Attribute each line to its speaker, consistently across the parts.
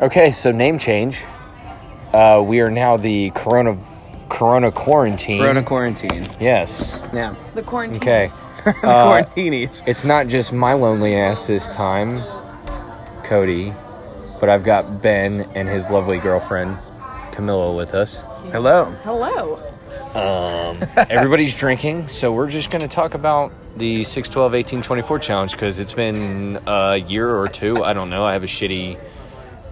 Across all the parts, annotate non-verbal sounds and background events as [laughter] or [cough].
Speaker 1: Okay, so name change. Uh, we are now the Corona Corona quarantine.
Speaker 2: Corona quarantine.
Speaker 1: Yes.
Speaker 2: Yeah.
Speaker 3: The quarantine.
Speaker 1: Okay.
Speaker 2: [laughs] the quarantinis.
Speaker 1: It's not just my lonely ass this time, Cody, but I've got Ben and his lovely girlfriend, Camilla, with us.
Speaker 2: Hello.
Speaker 3: Hello.
Speaker 1: Everybody's drinking, so we're just going to talk about the 6, 12, 18, 24 challenge because it's been a year or two. I don't know. I have a shitty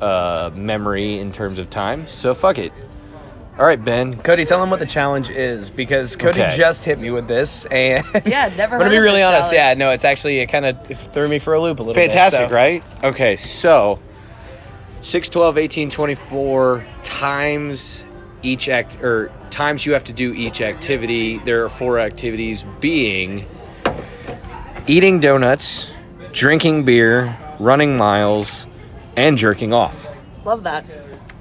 Speaker 1: uh, memory in terms of time, so fuck it. All right, Ben.
Speaker 2: Cody, tell them what the challenge is because Cody
Speaker 1: Okay.
Speaker 2: just hit me with this,
Speaker 3: [laughs]
Speaker 2: and
Speaker 3: Yeah,
Speaker 1: [laughs]
Speaker 3: never
Speaker 2: I'm gonna
Speaker 3: heard
Speaker 2: be
Speaker 3: of
Speaker 2: really
Speaker 3: this
Speaker 2: honest. Yeah,
Speaker 3: challenge.
Speaker 2: no, it's actually it kind of threw me for a loop a little
Speaker 1: Fantastic,
Speaker 2: bit. so-
Speaker 1: right? Okay, so 6, 12, 18, 24 times each act or times you have to do each activity. There are four activities being eating donuts, drinking beer, running miles, and jerking off.
Speaker 3: Love that.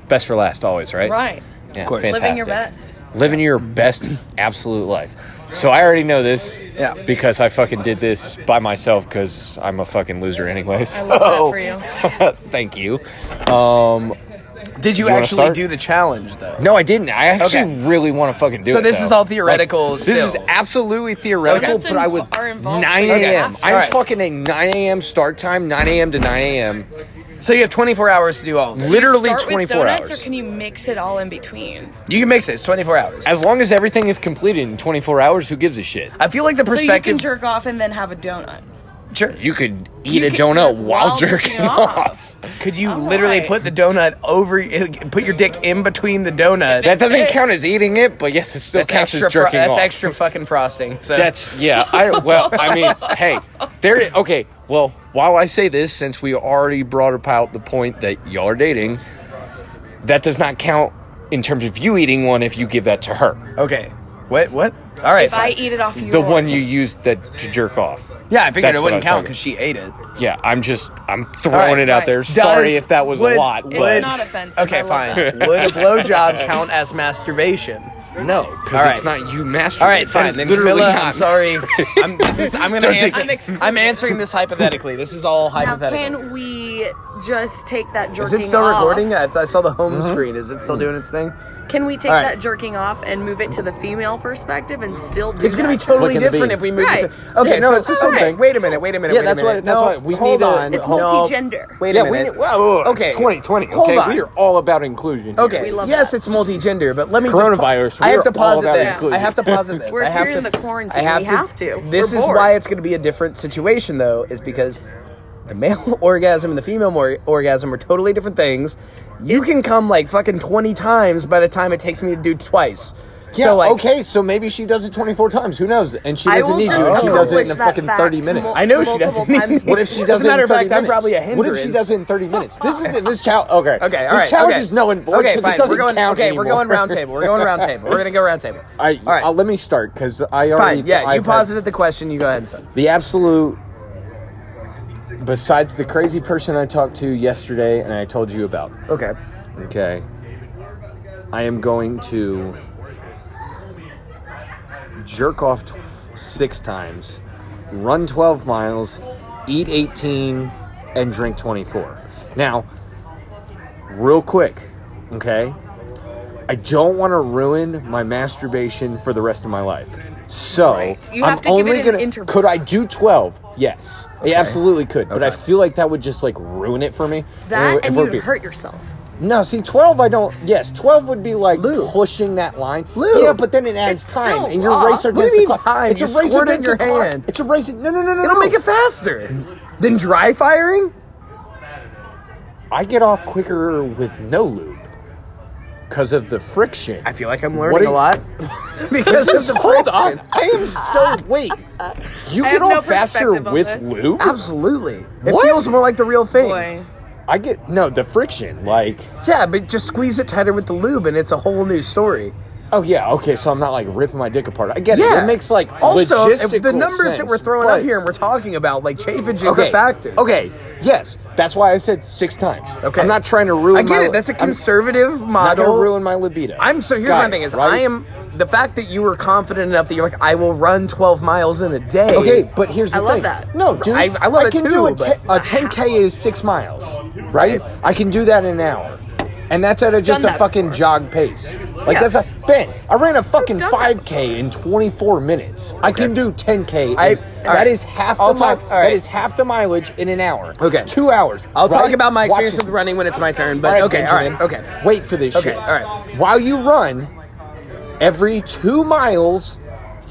Speaker 1: Best for last always, right?
Speaker 3: Right.
Speaker 1: Yeah,
Speaker 2: course.
Speaker 1: fantastic.
Speaker 3: Living your best.
Speaker 1: Living your best absolute life. So I already know this
Speaker 2: Yeah.
Speaker 1: because I fucking did this by myself because I'm a fucking loser anyway.
Speaker 3: I
Speaker 1: So
Speaker 3: love that for
Speaker 1: [laughs]
Speaker 3: you.
Speaker 1: Thank you. Um,
Speaker 2: Did you,
Speaker 1: You wanna
Speaker 2: actually
Speaker 1: start?
Speaker 2: do the challenge though?
Speaker 1: no, I didn't. I actually
Speaker 2: Okay.
Speaker 1: really want to fucking do
Speaker 2: So
Speaker 1: it.
Speaker 2: this is
Speaker 1: though.
Speaker 2: all theoretical
Speaker 1: Like, this is
Speaker 2: still.
Speaker 1: absolutely theoretical,
Speaker 3: Donuts
Speaker 1: but I would
Speaker 3: inv- are involved
Speaker 1: 9
Speaker 3: in it
Speaker 1: a.m.
Speaker 3: after.
Speaker 1: I'm
Speaker 2: Alright.
Speaker 1: talking a 9 a.m. start time, 9 a.m. to 9 a.m.
Speaker 2: So you have 24 hours to do all. Of this.
Speaker 1: Literally
Speaker 3: Start
Speaker 1: 24
Speaker 3: with donuts,
Speaker 1: hours.
Speaker 3: or can you mix it all in between?
Speaker 2: You can mix it. It's 24 hours.
Speaker 1: as long as everything is completed in 24 hours, who gives a shit?
Speaker 2: I feel like the
Speaker 3: So you can
Speaker 2: perspective.
Speaker 3: jerk off and then have a donut.
Speaker 2: Sure.
Speaker 1: You could eat
Speaker 3: You
Speaker 1: a
Speaker 3: could
Speaker 1: donut
Speaker 3: eat it
Speaker 1: while,
Speaker 3: while
Speaker 1: jerking,
Speaker 3: jerking
Speaker 1: off.
Speaker 3: off.
Speaker 2: Could you
Speaker 3: All
Speaker 2: literally
Speaker 3: right.
Speaker 2: put the donut over, put your dick in between the donut?
Speaker 1: That doesn't
Speaker 3: It's-
Speaker 1: count as eating it, but yes, it still counts as
Speaker 2: fro-
Speaker 1: jerking
Speaker 2: that's
Speaker 1: off.
Speaker 2: extra fucking frosting. So
Speaker 1: That's yeah. I well, I mean, hey, there. Okay, well, while I say this, since we already brought about the point that y'all are dating, that does not count in terms of you eating one if you give that to her,
Speaker 2: okay. What? What? All right.
Speaker 3: If I
Speaker 2: fine.
Speaker 3: eat it off you,
Speaker 1: the one you used that to jerk off.
Speaker 2: yeah, I figured
Speaker 1: That's
Speaker 2: it
Speaker 1: what
Speaker 2: wouldn't
Speaker 1: I was
Speaker 2: count
Speaker 1: talking-
Speaker 2: because she ate it.
Speaker 1: Yeah, I'm just I'm
Speaker 2: All
Speaker 1: throwing
Speaker 2: right,
Speaker 1: it out
Speaker 3: right.
Speaker 1: there. Sorry
Speaker 2: Does-
Speaker 1: if that was
Speaker 2: would-
Speaker 1: a lot.
Speaker 2: would-
Speaker 1: but-
Speaker 3: not offensive.
Speaker 2: Okay,
Speaker 3: I love
Speaker 2: fine.
Speaker 3: that.
Speaker 2: Would
Speaker 1: [laughs]
Speaker 2: a blowjob count as masturbation?
Speaker 1: no, because
Speaker 2: All
Speaker 1: it's
Speaker 2: right.
Speaker 1: not you masturbating.
Speaker 2: All right,
Speaker 1: That
Speaker 2: fine.
Speaker 1: is
Speaker 2: Then
Speaker 1: literally
Speaker 2: Camilla,
Speaker 1: not [laughs]
Speaker 2: I'm sorry. I'm, this is, I'm gonna
Speaker 1: Does it-
Speaker 2: answer.
Speaker 3: I'm excluded.
Speaker 2: I'm answering this hypothetically. This is all
Speaker 3: Now,
Speaker 2: hypothetical.
Speaker 3: can we just take that jerking?
Speaker 2: Is it still
Speaker 3: off-
Speaker 2: recording? I, I saw the home
Speaker 1: Mm-hmm.
Speaker 2: screen. Is it still doing its thing?
Speaker 3: Can we take
Speaker 2: All right.
Speaker 3: that jerking off and move it to the female perspective and still do?
Speaker 2: It's going to be
Speaker 3: that?
Speaker 2: totally
Speaker 1: Flick of the
Speaker 2: different
Speaker 1: bean.
Speaker 2: if we move it
Speaker 3: Right.
Speaker 2: to. Okay,
Speaker 1: Yeah,
Speaker 2: no,
Speaker 1: so-
Speaker 2: it's just
Speaker 3: okay.
Speaker 2: something. Wait a minute, wait a minute.
Speaker 1: Yeah,
Speaker 2: wait
Speaker 1: that's
Speaker 2: a minute.
Speaker 1: what- that's
Speaker 2: no,
Speaker 1: what- we
Speaker 2: hold
Speaker 1: need to-
Speaker 2: on.
Speaker 3: It's
Speaker 2: No,
Speaker 3: multigender.
Speaker 2: Wait a
Speaker 1: Yeah, we
Speaker 2: minute.
Speaker 1: need, whoa, whoa, whoa,
Speaker 2: Okay.
Speaker 1: It's 2020.
Speaker 2: Hold
Speaker 1: okay,
Speaker 2: on.
Speaker 1: we are all about inclusion. here.
Speaker 2: Okay.
Speaker 3: We love
Speaker 2: yes,
Speaker 3: that.
Speaker 2: it's multi-gender, but let me just-
Speaker 1: Coronavirus,
Speaker 2: I
Speaker 1: we
Speaker 2: have
Speaker 1: are
Speaker 2: to
Speaker 1: all
Speaker 2: posit
Speaker 1: about
Speaker 2: this.
Speaker 1: inclusion.
Speaker 2: I have to posit this.
Speaker 3: [laughs] We're
Speaker 2: I have
Speaker 3: here
Speaker 2: to,
Speaker 3: in the quarantine.
Speaker 2: I have
Speaker 3: We
Speaker 2: to,
Speaker 3: have to.
Speaker 2: This
Speaker 3: We're
Speaker 2: is
Speaker 3: bored.
Speaker 2: why it's going to be a different situation, though, is because the male [laughs] orgasm and the female mor- orgasm are totally different things. You can come like fucking twenty times by the time it takes me to do twice.
Speaker 1: Yeah,
Speaker 2: so like,
Speaker 1: okay, so maybe she does it 24 times. Who knows? And she
Speaker 3: I
Speaker 1: doesn't
Speaker 3: will
Speaker 1: need you.
Speaker 3: just
Speaker 1: And she does it
Speaker 3: accomplish
Speaker 1: in a
Speaker 3: that
Speaker 1: fucking 30
Speaker 3: fact
Speaker 1: minutes.
Speaker 3: mul- [laughs]
Speaker 2: I know she
Speaker 3: multiple
Speaker 2: doesn't.
Speaker 1: [laughs]
Speaker 3: times.
Speaker 1: what if she does
Speaker 2: As
Speaker 1: it
Speaker 2: a
Speaker 1: in
Speaker 2: matter of
Speaker 1: 30
Speaker 2: fact, I'm
Speaker 1: minutes?
Speaker 2: probably a
Speaker 1: What if she
Speaker 2: hindrance.
Speaker 1: does it in 30 minutes? This is this challenge. Okay.
Speaker 2: Okay,
Speaker 1: this
Speaker 2: all right.
Speaker 1: challenge
Speaker 2: okay.
Speaker 1: is no and void
Speaker 2: Okay,
Speaker 1: because
Speaker 2: fine.
Speaker 1: it doesn't
Speaker 2: we're going,
Speaker 1: count
Speaker 2: Okay, we're
Speaker 1: anymore.
Speaker 2: going round table. We're
Speaker 1: [laughs]
Speaker 2: going round table. We're gonna go round table.
Speaker 1: I,
Speaker 2: all right.
Speaker 1: I'll, let me start because I already.
Speaker 2: fine. Yeah, you
Speaker 1: I've had
Speaker 2: posited the question. You go ahead, son.
Speaker 1: The absolute. Besides the crazy person I talked to yesterday and I told you about.
Speaker 2: Okay.
Speaker 1: Okay. I am going to jerk off t- six times, run 12 miles, eat 18, and drink 24. Now, real quick, okay? I don't want to ruin my masturbation for the rest of my life. So,
Speaker 3: Right. You
Speaker 1: I'm
Speaker 3: have to give
Speaker 1: only
Speaker 3: it an
Speaker 1: gonna.
Speaker 3: interval.
Speaker 1: Could I do 12? Yes. I absolutely could, but I
Speaker 2: Okay.
Speaker 1: feel like that would just like ruin it for me.
Speaker 3: that, and
Speaker 1: we're
Speaker 3: you'd
Speaker 1: be-
Speaker 3: hurt yourself.
Speaker 1: no, see, twelve. I don't. Yes, twelve would be like
Speaker 2: Lube.
Speaker 1: pushing that line.
Speaker 2: Lube.
Speaker 1: Yeah, but then it adds
Speaker 3: It's
Speaker 1: time,
Speaker 3: still
Speaker 1: and your
Speaker 3: raw.
Speaker 1: racer
Speaker 2: What do you
Speaker 1: against the
Speaker 2: mean
Speaker 1: clock.
Speaker 2: time?
Speaker 1: It's
Speaker 2: You
Speaker 1: a race
Speaker 2: squirt it in
Speaker 1: against
Speaker 2: your
Speaker 1: the clock.
Speaker 2: hand.
Speaker 1: It's a race. No, no, no, no.
Speaker 2: It'll
Speaker 1: no.
Speaker 2: make it faster than dry firing.
Speaker 1: I get off quicker with no lube because of the friction.
Speaker 2: I feel like I'm
Speaker 1: What
Speaker 2: learning
Speaker 1: do
Speaker 2: a
Speaker 1: you-
Speaker 2: [laughs] lot because of the
Speaker 1: Hold on,
Speaker 2: friction.
Speaker 1: I am so wait. You
Speaker 3: I
Speaker 1: get
Speaker 3: have no
Speaker 1: off faster
Speaker 3: perspective on
Speaker 1: with
Speaker 3: this.
Speaker 1: lube.
Speaker 2: Absolutely, it
Speaker 1: What?
Speaker 2: feels more like the real thing.
Speaker 3: Boy,
Speaker 1: I get no the friction. Like,
Speaker 2: Yeah, but just squeeze it tighter with the lube, and it's a whole new story.
Speaker 1: oh yeah, okay. So I'm not like ripping my dick apart. I get
Speaker 2: Yeah,
Speaker 1: it. It makes like
Speaker 2: also if
Speaker 1: logistical
Speaker 2: the numbers that
Speaker 1: sense,
Speaker 2: we're throwing
Speaker 1: but-
Speaker 2: up here and we're talking about, like chafage is a factor.
Speaker 1: Okay. Yes, that's why I said six times.
Speaker 2: Okay.
Speaker 1: I'm not trying to ruin.
Speaker 2: I get
Speaker 1: my
Speaker 2: it. That's a
Speaker 1: I'm
Speaker 2: conservative
Speaker 1: not
Speaker 2: model.
Speaker 1: gonna ruin my libido.
Speaker 2: I'm so here's
Speaker 1: Got
Speaker 2: my
Speaker 1: it,
Speaker 2: thing is
Speaker 1: right?
Speaker 2: I am the fact that you were confident enough that you're like, I will run 12 miles in a day.
Speaker 1: Okay, but here's the
Speaker 3: I love
Speaker 1: thing.
Speaker 3: that.
Speaker 1: No, dude,
Speaker 2: I- I love it
Speaker 1: can
Speaker 2: too,
Speaker 1: do a,
Speaker 2: but-
Speaker 1: te- a 10k is six miles, right? I can do that in an hour, and that's at a, just a
Speaker 3: Done that
Speaker 1: fucking jog pace. Like
Speaker 3: Yeah.
Speaker 1: that's a Ben. I ran a fucking
Speaker 3: done that
Speaker 1: 5k in 24 minutes. I can do 10k.
Speaker 2: I-
Speaker 1: in-
Speaker 2: all
Speaker 1: that
Speaker 2: right.
Speaker 1: is half the
Speaker 2: I'll
Speaker 1: mi-
Speaker 2: talk- all right.
Speaker 1: That is half the mileage in an hour.
Speaker 2: Okay.
Speaker 1: two hours.
Speaker 2: I'll talk
Speaker 1: right?
Speaker 2: about my
Speaker 1: Watch
Speaker 2: experience
Speaker 1: this.
Speaker 2: with running when it's my turn,
Speaker 1: All
Speaker 2: but
Speaker 1: right,
Speaker 2: okay, all right,
Speaker 1: Benjamin.
Speaker 2: okay.
Speaker 1: Wait for this
Speaker 2: Okay,
Speaker 1: shit.
Speaker 2: all right.
Speaker 1: While you run, every two miles,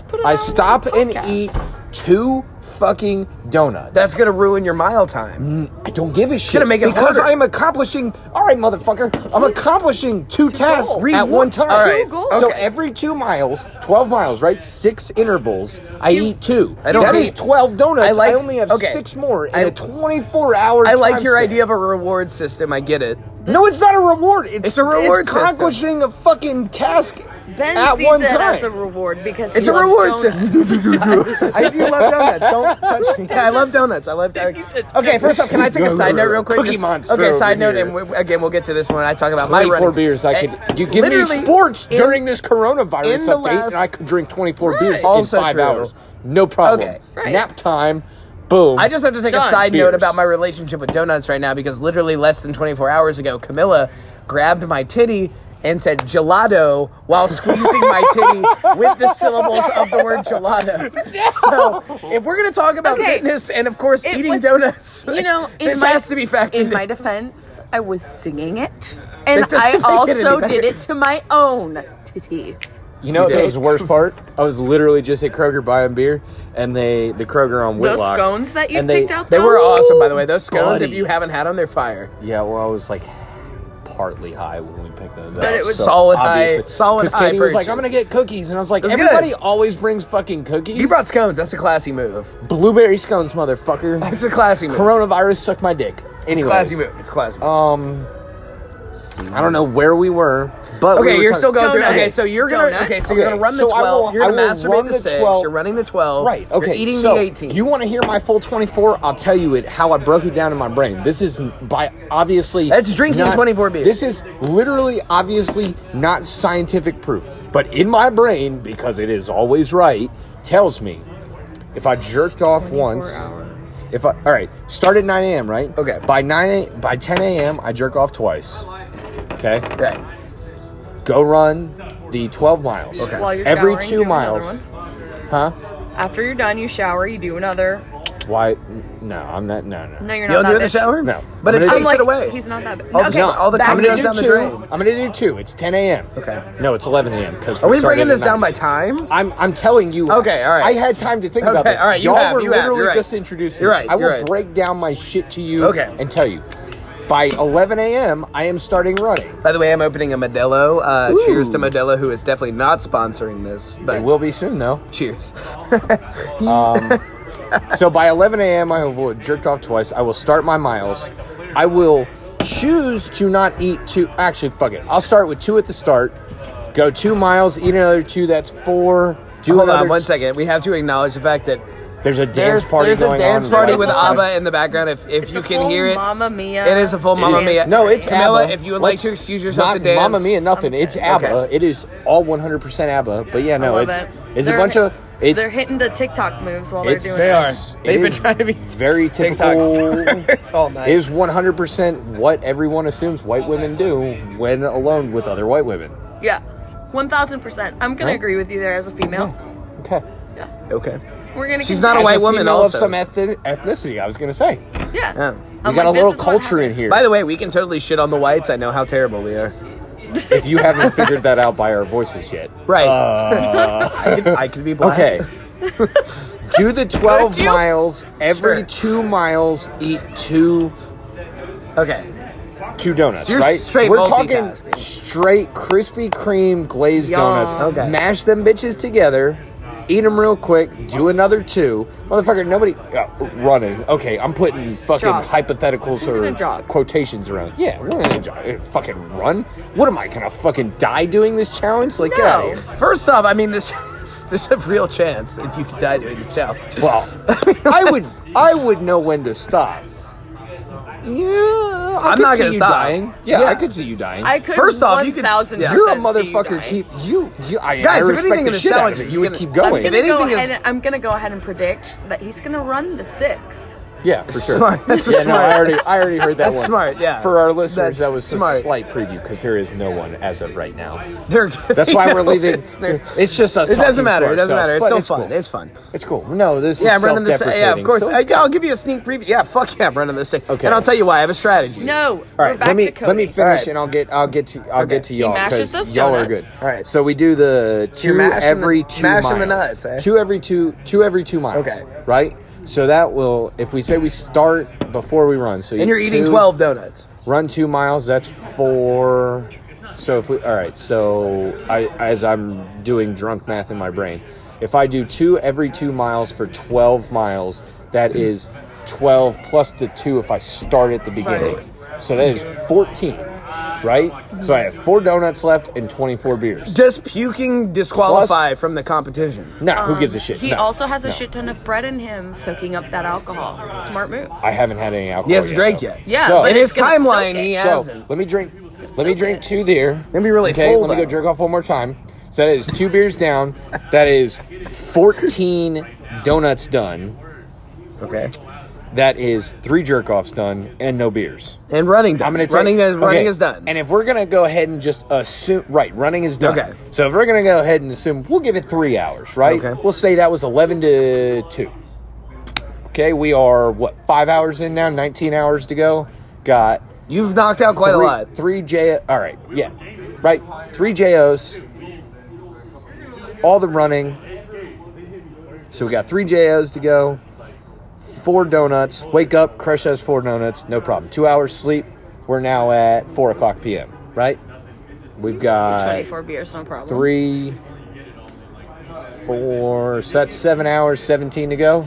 Speaker 3: Put it
Speaker 1: I
Speaker 3: on
Speaker 1: stop
Speaker 3: the
Speaker 1: and
Speaker 3: podcast.
Speaker 1: eat two fucking donuts.
Speaker 2: That's gonna ruin your mile time.
Speaker 1: I don't give a shit.
Speaker 2: gonna make it
Speaker 1: because
Speaker 2: harder.
Speaker 1: I'm accomplishing. All right, motherfucker, I'm accomplishing two tasks
Speaker 3: goals.
Speaker 1: at one time.
Speaker 2: All right,
Speaker 3: Two goals.
Speaker 1: So
Speaker 2: okay.
Speaker 1: every two miles, twelve miles, right? Six intervals. I eat two.
Speaker 2: I don't
Speaker 1: That
Speaker 2: hate-
Speaker 1: is twelve donuts.
Speaker 2: I
Speaker 1: I,
Speaker 2: like-
Speaker 1: only have
Speaker 2: okay.
Speaker 1: six more in
Speaker 2: I-
Speaker 1: a twenty-four hour.
Speaker 2: I like
Speaker 1: time
Speaker 2: your
Speaker 1: span.
Speaker 2: idea of a reward system, I get it.
Speaker 1: No, it's not a reward. It's,
Speaker 2: It's a reward
Speaker 1: It's
Speaker 2: system.
Speaker 1: accomplishing a fucking task
Speaker 3: Ben
Speaker 1: at
Speaker 3: sees
Speaker 1: one
Speaker 3: it
Speaker 1: time.
Speaker 3: as a reward because
Speaker 2: It's
Speaker 3: he
Speaker 2: a
Speaker 3: loves
Speaker 2: reward
Speaker 3: donuts.
Speaker 1: [laughs]
Speaker 2: system. I do love donuts. Don't touch me. I love donuts. I love donuts.
Speaker 3: He's a-
Speaker 2: Okay, first off, can I take a side note real quick?
Speaker 1: Cookie
Speaker 2: Just-
Speaker 1: Monster
Speaker 2: Okay, side
Speaker 1: over
Speaker 2: note,
Speaker 1: here.
Speaker 2: and we, again, we'll get to this when I talk about my
Speaker 1: 24
Speaker 2: running. eh,
Speaker 1: beers. I could. You give me
Speaker 2: Literally,
Speaker 1: sports
Speaker 2: in-
Speaker 1: during this coronavirus
Speaker 2: in the
Speaker 1: update,
Speaker 2: last-
Speaker 1: and I could drink 24 beers
Speaker 2: Also
Speaker 1: in five
Speaker 2: true.
Speaker 1: hours. No problem.
Speaker 2: Okay.
Speaker 3: Right.
Speaker 1: Nap time. Boom.
Speaker 2: I just have to take a
Speaker 3: Done.
Speaker 2: side note
Speaker 1: Beers.
Speaker 2: about my relationship with donuts right now because literally less than 24 hours ago, Camilla grabbed my titty and said gelato while squeezing my titty with the syllables of the word gelato. So, if we're going to talk about
Speaker 3: Okay.
Speaker 2: fitness and, of course, [laughs]
Speaker 3: It
Speaker 2: eating
Speaker 3: was-
Speaker 2: donuts,
Speaker 3: You
Speaker 2: like,
Speaker 3: know,
Speaker 2: [laughs]
Speaker 3: in
Speaker 2: this
Speaker 3: my,
Speaker 2: has to be factored
Speaker 3: In
Speaker 2: in.
Speaker 3: my defense, I was singing it, and
Speaker 2: That doesn't
Speaker 3: I
Speaker 2: make it
Speaker 3: also
Speaker 2: any better.
Speaker 3: did it to my own titty.
Speaker 1: you know,
Speaker 2: You
Speaker 1: that
Speaker 2: did.
Speaker 1: was the worst part. I was literally just at Kroger buying beer, and they the Kroger on
Speaker 3: Those
Speaker 1: Whitlock.
Speaker 3: scones that you
Speaker 1: and they-
Speaker 3: picked out,
Speaker 2: they were
Speaker 3: though?
Speaker 2: awesome, by the way. Those scones, if
Speaker 1: buddy.
Speaker 2: you haven't had them, they're fire.
Speaker 1: Yeah, well, I was like partly high when we picked those
Speaker 3: But
Speaker 1: up.
Speaker 3: it was-
Speaker 2: Solid high- solid
Speaker 1: Because
Speaker 2: high
Speaker 1: Katie was like,
Speaker 2: purchase.
Speaker 1: "I'm gonna get cookies," and I was like,
Speaker 2: That's good.
Speaker 1: "Everybody always brings fucking cookies."
Speaker 2: You brought scones. That's a classy move.
Speaker 1: blueberry scones, motherfucker.
Speaker 2: It's a classy move.
Speaker 1: Coronavirus sucked my dick.
Speaker 2: it's
Speaker 1: Anyways.
Speaker 2: a classy move. It's a classy. Move.
Speaker 1: Um, I don't know where we were, but we
Speaker 2: okay,
Speaker 1: were
Speaker 2: you're
Speaker 1: talking-
Speaker 2: still going
Speaker 3: Donuts.
Speaker 2: through. Okay, so you're gonna.
Speaker 3: Donuts.
Speaker 2: Okay, so you're gonna
Speaker 1: Okay,
Speaker 2: run the
Speaker 1: so I
Speaker 2: twelve.
Speaker 1: will-
Speaker 2: you're gonna
Speaker 1: I will
Speaker 2: masturbate
Speaker 1: run
Speaker 2: the,
Speaker 1: the
Speaker 2: six.
Speaker 1: 12.
Speaker 2: You're running the twelve.
Speaker 1: right. Okay,
Speaker 2: You're eating
Speaker 1: so
Speaker 2: the eighteen.
Speaker 1: You want to hear my full twenty-four? I'll tell you it how I broke it down in my brain. This is by obviously
Speaker 2: That's drinking 24 beers.
Speaker 1: This is literally obviously not scientific proof, but in my brain because it is always right tells me if I jerked off once. If I, all right, start at 9 a.m. Right?
Speaker 2: Okay.
Speaker 1: By 9 a, by 10 a.m. I jerk off twice. Okay.
Speaker 2: right.
Speaker 1: Go run the 12 miles.
Speaker 2: Okay.
Speaker 3: While you're
Speaker 1: Every
Speaker 3: showering,
Speaker 1: two
Speaker 3: do another
Speaker 1: miles.
Speaker 3: one.
Speaker 1: Huh?
Speaker 3: After you're done, you shower, you do another.
Speaker 1: Why? n- No, I'm not. No, no.
Speaker 3: No, you're
Speaker 2: You
Speaker 3: not.
Speaker 2: don't
Speaker 3: that
Speaker 2: do it in the
Speaker 3: bitch.
Speaker 2: shower.
Speaker 1: No.
Speaker 2: but
Speaker 1: I'm
Speaker 2: it
Speaker 1: gonna
Speaker 2: takes
Speaker 3: I'm like,
Speaker 2: it away.
Speaker 3: he's not that. Bad.
Speaker 2: All the-
Speaker 3: okay,
Speaker 2: no, all the
Speaker 3: back
Speaker 1: I'm
Speaker 2: time
Speaker 3: to
Speaker 2: it
Speaker 1: gonna
Speaker 2: goes
Speaker 1: do
Speaker 2: down the
Speaker 1: two.
Speaker 2: drain.
Speaker 1: I'm gonna do two. It's 10 a.m.
Speaker 2: Okay.
Speaker 1: No, it's 11 a.m. Because
Speaker 2: Are we breaking this down by time?
Speaker 1: I'm I'm telling you.
Speaker 2: Okay, all right.
Speaker 1: I had time to think about
Speaker 2: Okay,
Speaker 1: this.
Speaker 2: all right, you
Speaker 1: all
Speaker 2: have,
Speaker 1: were
Speaker 2: you have,
Speaker 1: literally
Speaker 2: you're right.
Speaker 1: just introduced.
Speaker 2: You're
Speaker 1: this.
Speaker 2: right,
Speaker 1: I will
Speaker 2: you're right.
Speaker 1: break down my shit to you.
Speaker 2: Okay.
Speaker 1: And tell you, by 11 a.m. I am starting running.
Speaker 2: By the way, I'm opening a Modelo. Uh, cheers to Modelo, who is definitely not sponsoring this. But
Speaker 1: It will be soon though.
Speaker 2: cheers. [laughs]
Speaker 1: Um, so by 11 a.m. I will have jerked off twice. I will start my miles. I will choose to not eat two. Actually, fuck it. I'll start with two at the start. Go two miles, eat another two. That's four. Do
Speaker 2: Hold
Speaker 1: another
Speaker 2: on uh, one
Speaker 1: t-
Speaker 2: second. We have to acknowledge the fact that
Speaker 1: There's a dance
Speaker 2: there's,
Speaker 1: party
Speaker 2: there's
Speaker 1: going
Speaker 2: a dance
Speaker 1: on.
Speaker 2: party
Speaker 1: right
Speaker 2: with
Speaker 1: now.
Speaker 2: ABBA in the background. If if
Speaker 3: It's
Speaker 2: you
Speaker 3: a
Speaker 2: can
Speaker 3: full
Speaker 2: hear it,
Speaker 3: Mamma Mia.
Speaker 2: It is a full Mamma
Speaker 1: It is-
Speaker 2: Mia.
Speaker 1: No, it's
Speaker 2: Camilla.
Speaker 1: ABBA.
Speaker 2: If you would
Speaker 1: Let's-
Speaker 2: like to excuse yourself
Speaker 1: not
Speaker 2: to dance,
Speaker 1: Mamma Mia, nothing. It's
Speaker 3: Okay.
Speaker 1: ABBA. It is all 100% ABBA. But yeah, no,
Speaker 3: love
Speaker 1: it's
Speaker 3: it.
Speaker 1: it's
Speaker 3: They're
Speaker 1: a bunch
Speaker 3: hit-
Speaker 1: of it's
Speaker 3: they're hitting the TikTok moves while they're
Speaker 1: it's,
Speaker 3: doing.
Speaker 2: They
Speaker 3: it.
Speaker 2: are. They've
Speaker 1: it
Speaker 2: been
Speaker 1: is
Speaker 2: trying to be [laughs]
Speaker 1: very
Speaker 2: TikTok [laughs]
Speaker 1: typical.
Speaker 2: stars all night.
Speaker 1: Is 100% what everyone assumes white women do when alone with other white women.
Speaker 3: Yeah, one thousand percent. I'm gonna
Speaker 1: Right?
Speaker 3: agree with you there as a female.
Speaker 1: Okay.
Speaker 2: okay.
Speaker 3: We're gonna.
Speaker 2: She's
Speaker 3: continue.
Speaker 2: not a
Speaker 1: As
Speaker 2: white woman
Speaker 1: female
Speaker 2: also.
Speaker 1: of some ethnic- ethnicity. I was gonna say we
Speaker 3: Yeah.
Speaker 2: Yeah.
Speaker 3: I'm
Speaker 1: got
Speaker 3: like,
Speaker 1: a little
Speaker 3: this is what
Speaker 1: culture in
Speaker 3: happens.
Speaker 1: here.
Speaker 2: By the way, we can totally shit on the whites. I know how terrible we are.
Speaker 1: if you haven't figured that out by our voices yet,
Speaker 2: Right.
Speaker 1: Uh,
Speaker 2: [laughs] I, could, I could be black.
Speaker 3: [laughs]
Speaker 1: okay. Do the twelve
Speaker 3: Could you?
Speaker 1: miles every
Speaker 2: Sure.
Speaker 1: two miles. Eat two
Speaker 2: Okay.
Speaker 1: two donuts.
Speaker 2: You're
Speaker 1: right?
Speaker 2: straight
Speaker 1: We're talking
Speaker 2: multitasking.
Speaker 1: straight Krispy Kreme glazed
Speaker 3: Yum.
Speaker 1: donuts.
Speaker 2: Okay.
Speaker 1: Mash them bitches together. Eat them real quick. Do another two, motherfucker. Nobody uh, running. Okay, I'm putting fucking
Speaker 3: Jog.
Speaker 1: hypotheticals
Speaker 3: We're
Speaker 1: or
Speaker 3: gonna jog.
Speaker 1: quotations around. Yeah, we're gonna jog. Eh, Fucking run. What am I gonna fucking die doing this challenge? Like, get out
Speaker 3: No.
Speaker 1: of here.
Speaker 2: First off, I mean, this [laughs] there's a real chance that you could die doing the challenge. [laughs]
Speaker 1: Well, I would I would know when to stop. Yeah, I
Speaker 2: I'm
Speaker 1: could
Speaker 2: not
Speaker 1: see
Speaker 2: gonna
Speaker 1: you
Speaker 2: stop.
Speaker 1: dying. Yeah,
Speaker 2: Yeah.
Speaker 1: I could see you dying.
Speaker 3: I could.
Speaker 2: First off, you could-
Speaker 3: 1000%
Speaker 2: yeah.
Speaker 1: You're a
Speaker 3: see you
Speaker 1: motherfucker.
Speaker 3: dying.
Speaker 1: keep you you. I, I
Speaker 2: Guys, if
Speaker 1: respect
Speaker 2: anything in
Speaker 1: the
Speaker 2: the
Speaker 1: shit out of
Speaker 2: challenge
Speaker 1: it.
Speaker 2: is
Speaker 1: you would
Speaker 2: gonna-
Speaker 1: keep
Speaker 3: I'm
Speaker 1: going.
Speaker 3: gonna,
Speaker 2: If anything
Speaker 3: go
Speaker 2: is-
Speaker 3: and I'm gonna go ahead and predict that he's gonna run the six.
Speaker 1: yeah, for sure.
Speaker 2: Smart. [laughs] That's
Speaker 1: yeah,
Speaker 2: smart.
Speaker 1: no, I already, I already heard that
Speaker 2: That's
Speaker 1: one.
Speaker 2: smart, yeah.
Speaker 1: For our listeners,
Speaker 2: That's
Speaker 1: that was a
Speaker 2: smart.
Speaker 1: slight preview because there is no one as of right now.
Speaker 2: They're-
Speaker 1: That's why we're leaving. [laughs]
Speaker 2: Listener.
Speaker 1: It's just us.
Speaker 2: It
Speaker 1: talking
Speaker 2: doesn't matter.
Speaker 1: to
Speaker 2: It doesn't matter. It's still
Speaker 1: ourselves,
Speaker 2: fun.
Speaker 1: but
Speaker 2: It's fun.
Speaker 1: It's cool. It's cool. No, this
Speaker 2: Yeah,
Speaker 1: is
Speaker 2: I'm running the same. Yeah, of
Speaker 1: self-deprecating,
Speaker 2: course.
Speaker 1: so
Speaker 2: I,
Speaker 1: it's
Speaker 2: will give you a sneak preview. Yeah, fuck yeah, I'm running the same.
Speaker 1: Okay.
Speaker 2: And I'll tell you why. I have a strategy.
Speaker 3: No,
Speaker 1: All
Speaker 3: we're
Speaker 1: right,
Speaker 3: back
Speaker 1: let me
Speaker 3: to Cody.
Speaker 1: let me finish,
Speaker 2: right.
Speaker 1: and I'll get I'll get to I'll get to y'all
Speaker 3: mashes
Speaker 1: because
Speaker 3: those
Speaker 1: y'all are good.
Speaker 3: donuts.
Speaker 1: All right, so we do the two
Speaker 2: mashing the-
Speaker 1: every two
Speaker 2: mashing
Speaker 1: miles,
Speaker 2: the nuts, eh?
Speaker 1: two every two two every two miles.
Speaker 2: Okay.
Speaker 1: right. So that will if we say we start before we run. So
Speaker 2: And you're
Speaker 1: eat
Speaker 2: eating
Speaker 1: two,
Speaker 2: 12 donuts.
Speaker 1: Run two miles. That's four. So if we all right, so I as I'm doing drunk math in my brain, if I do two every two miles for twelve miles, that is twelve plus the two if I start at the beginning. So that is fourteen, right? So I have four donuts left and twenty-four beers.
Speaker 2: Does puking disqualify from the competition?
Speaker 1: No, who gives a shit?
Speaker 3: Um, He
Speaker 1: No,
Speaker 3: also has a
Speaker 1: no.
Speaker 3: shit ton of bread in him, soaking up that alcohol. Smart move.
Speaker 1: I haven't had any alcohol.
Speaker 2: He hasn't drank
Speaker 1: though.
Speaker 2: yet.
Speaker 3: Yeah,
Speaker 1: Oh, So-
Speaker 3: but
Speaker 2: In
Speaker 3: it's
Speaker 2: his
Speaker 3: gonna soak
Speaker 2: timeline,
Speaker 3: it.
Speaker 2: he
Speaker 1: So
Speaker 2: hasn't.
Speaker 1: let me drink. Let me drink two there.
Speaker 2: Let me really
Speaker 1: okay.
Speaker 2: fold
Speaker 1: Let me
Speaker 2: that.
Speaker 1: go jerk off one more time. So that is two beers down. That is fourteen donuts done.
Speaker 2: Okay.
Speaker 1: That is three jerk offs done and no beers.
Speaker 2: And running done.
Speaker 1: I'm gonna take,
Speaker 2: running is running
Speaker 1: okay,
Speaker 2: is done.
Speaker 1: And if we're gonna go ahead and just assume, right, running is done.
Speaker 2: Okay.
Speaker 1: So if we're gonna go ahead and assume, we'll give it three hours, right?
Speaker 2: Okay.
Speaker 1: We'll say that was eleven to two. Okay, we are what five hours in now? Nineteen hours to go. Got
Speaker 2: You've knocked out quite
Speaker 1: three,
Speaker 2: a lot.
Speaker 1: Three J. All right, yeah, right. Three JOs. All the running. So we got three JOs to go. Four donuts. Wake up, crush those four donuts. No problem. Two hours sleep. We're now at four o'clock p.m. Right? We've got
Speaker 3: 24 beers, no problem.
Speaker 1: three, four. So that's seven hours, seventeen to go.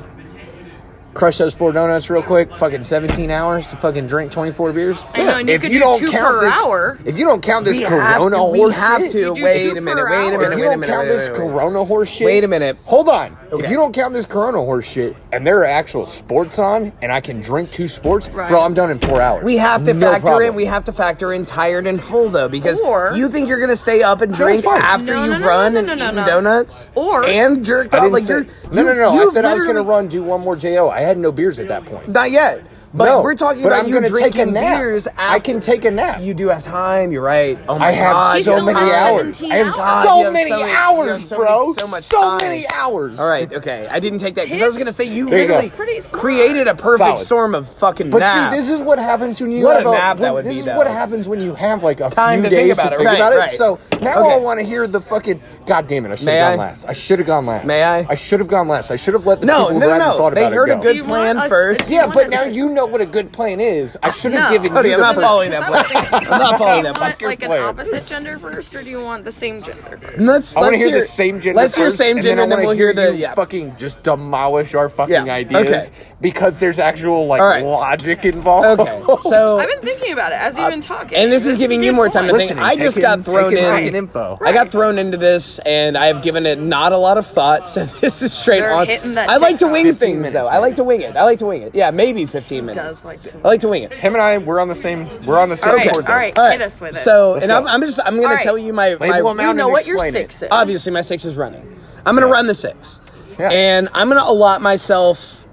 Speaker 1: Crush those four donuts real quick. Fucking seventeen hours to fucking drink twenty four beers.
Speaker 3: I know, and you could do two per
Speaker 1: this,
Speaker 3: hour.
Speaker 1: if you don't count this
Speaker 2: We
Speaker 1: Corona
Speaker 2: have to. We
Speaker 1: horse
Speaker 2: have
Speaker 1: shit,
Speaker 2: to.
Speaker 3: You do
Speaker 2: Wait
Speaker 3: two
Speaker 2: a minute.
Speaker 3: per
Speaker 2: Wait a
Speaker 3: hour.
Speaker 1: If
Speaker 2: minute.
Speaker 1: you
Speaker 2: Wait a
Speaker 1: don't
Speaker 2: minute.
Speaker 1: count
Speaker 2: wait a
Speaker 1: this
Speaker 2: minute, wait a minute.
Speaker 1: Corona horse shit.
Speaker 2: Wait a minute.
Speaker 1: Hold on. If
Speaker 2: Okay.
Speaker 1: you don't count this Corona horse shit, and there are actual sports on, and I can drink two sports,
Speaker 3: Right.
Speaker 1: bro, I'm done in four hours.
Speaker 2: We have to
Speaker 1: No
Speaker 2: factor
Speaker 1: problem.
Speaker 2: in. We have to factor in tired and full though, because
Speaker 3: Or-
Speaker 2: you think you're gonna stay up and drink
Speaker 1: fine.
Speaker 2: after
Speaker 3: No,
Speaker 2: you
Speaker 3: no, no,
Speaker 2: run
Speaker 3: no,
Speaker 2: and
Speaker 3: no, no,
Speaker 2: eating
Speaker 3: no.
Speaker 2: donuts,
Speaker 3: Or-
Speaker 2: and jerked
Speaker 1: I
Speaker 2: out
Speaker 1: didn't
Speaker 2: like
Speaker 1: say-
Speaker 2: you're.
Speaker 1: no, no,
Speaker 2: you-
Speaker 1: no. I
Speaker 2: you've
Speaker 1: said I was going to
Speaker 2: literally-
Speaker 1: run, do one more JO. I had no beers at that point.
Speaker 2: Not yet. But
Speaker 1: no,
Speaker 2: we're talking
Speaker 1: but
Speaker 2: about
Speaker 1: I'm
Speaker 2: you
Speaker 1: gonna
Speaker 2: drinking
Speaker 1: take a nap.
Speaker 2: beers. After
Speaker 1: I can take a nap.
Speaker 2: You do have time. You're right. Oh my
Speaker 1: I have
Speaker 2: God,
Speaker 3: He
Speaker 2: you
Speaker 1: so
Speaker 3: still
Speaker 2: have
Speaker 1: many
Speaker 3: has
Speaker 2: time.
Speaker 1: hours.
Speaker 3: 17
Speaker 1: I have
Speaker 3: hours.
Speaker 2: God, you
Speaker 1: so
Speaker 2: have
Speaker 1: many
Speaker 2: so many- you have
Speaker 1: hours,
Speaker 2: so
Speaker 1: bro.
Speaker 2: many- so much time.
Speaker 1: many hours.
Speaker 2: All right. Okay. I didn't take that because I was
Speaker 3: His-
Speaker 2: going to say you
Speaker 1: There you go.
Speaker 2: literally
Speaker 3: Pretty smart.
Speaker 2: created a perfect
Speaker 1: Solid.
Speaker 2: storm of fucking
Speaker 1: But
Speaker 2: nap.
Speaker 1: see, this is what happens when you
Speaker 2: What a
Speaker 1: have
Speaker 2: nap that
Speaker 1: when-
Speaker 2: would
Speaker 1: this
Speaker 2: be,
Speaker 1: is
Speaker 2: though.
Speaker 1: what happens when you have like a
Speaker 2: Time
Speaker 1: few
Speaker 2: to think
Speaker 1: days
Speaker 2: about
Speaker 1: to
Speaker 2: it.
Speaker 1: think
Speaker 2: Right,
Speaker 1: about it.
Speaker 2: right.
Speaker 1: So now
Speaker 2: Okay.
Speaker 1: I want to hear the fucking. God damn it! I should
Speaker 2: May
Speaker 1: have
Speaker 2: I?
Speaker 1: gone last. I should have gone last.
Speaker 2: May I?
Speaker 1: I should have gone last. I should have let the
Speaker 2: no,
Speaker 1: people
Speaker 2: no,
Speaker 1: who
Speaker 2: no,
Speaker 1: hadn't
Speaker 2: no.
Speaker 1: thought
Speaker 2: They
Speaker 1: about
Speaker 2: heard
Speaker 1: it
Speaker 2: a
Speaker 1: go.
Speaker 2: good
Speaker 3: You want
Speaker 2: plan
Speaker 3: us-
Speaker 2: first.
Speaker 3: you
Speaker 1: Yeah,
Speaker 3: want
Speaker 1: but
Speaker 3: us-
Speaker 1: now you know what a good plan is. I should have
Speaker 3: Uh, No.
Speaker 1: given
Speaker 2: Cody,
Speaker 1: you
Speaker 2: I'm
Speaker 1: the
Speaker 2: not
Speaker 1: first-
Speaker 2: following that plan.
Speaker 3: Because
Speaker 2: [laughs]
Speaker 3: I was thinking,
Speaker 2: I'm not following
Speaker 3: do you
Speaker 2: that
Speaker 3: want,
Speaker 1: fucking
Speaker 3: like an
Speaker 1: plan.
Speaker 3: opposite gender first, or do you want the same gender first?
Speaker 2: Let's,
Speaker 1: I want to
Speaker 2: let's
Speaker 1: hear, the same gender.
Speaker 2: Let's hear
Speaker 1: first,
Speaker 2: same gender, and then
Speaker 1: I
Speaker 2: we'll
Speaker 1: wanna
Speaker 2: hear the
Speaker 1: you
Speaker 2: yeah.
Speaker 1: fucking just demolish our fucking
Speaker 2: Yeah,
Speaker 1: ideas
Speaker 2: okay.
Speaker 1: because there's actual like
Speaker 2: All right.
Speaker 1: logic involved.
Speaker 2: Okay, so
Speaker 3: I've been thinking about it as you've been talking.
Speaker 2: uh, and this is giving
Speaker 3: a
Speaker 2: you
Speaker 3: good
Speaker 2: more time to
Speaker 3: point.
Speaker 2: think. I
Speaker 1: Listening,
Speaker 2: just
Speaker 1: taking-
Speaker 2: got thrown
Speaker 1: taking
Speaker 2: in.
Speaker 1: fucking info.
Speaker 2: I got thrown into this, and I have given it not a lot of thought. So this is straight
Speaker 3: They're
Speaker 2: on.
Speaker 3: hitting that
Speaker 2: I like to
Speaker 3: TikTok.
Speaker 2: wing
Speaker 1: 15
Speaker 2: things,
Speaker 1: minutes,
Speaker 2: though. I like to wing it. I like to wing it. Yeah, maybe fifteen minutes.
Speaker 3: does like to-
Speaker 2: I like to wing
Speaker 1: [laughs]
Speaker 2: it.
Speaker 1: Him and I, we're on the same. We're on the same.
Speaker 3: All right,
Speaker 1: board
Speaker 3: all
Speaker 1: there.
Speaker 3: right,
Speaker 2: All right.
Speaker 3: hit us with it.
Speaker 2: So,
Speaker 1: Let's
Speaker 2: and
Speaker 1: go.
Speaker 2: I'm, I'm just I'm gonna
Speaker 3: All right.
Speaker 2: tell you my,
Speaker 1: Label
Speaker 2: my
Speaker 1: them
Speaker 3: you
Speaker 1: out
Speaker 3: know
Speaker 1: and
Speaker 3: what your
Speaker 1: explain
Speaker 3: six
Speaker 1: it.
Speaker 3: is.
Speaker 2: obviously my six is running. I'm gonna run the six,
Speaker 1: Yeah.
Speaker 2: and I'm gonna allot myself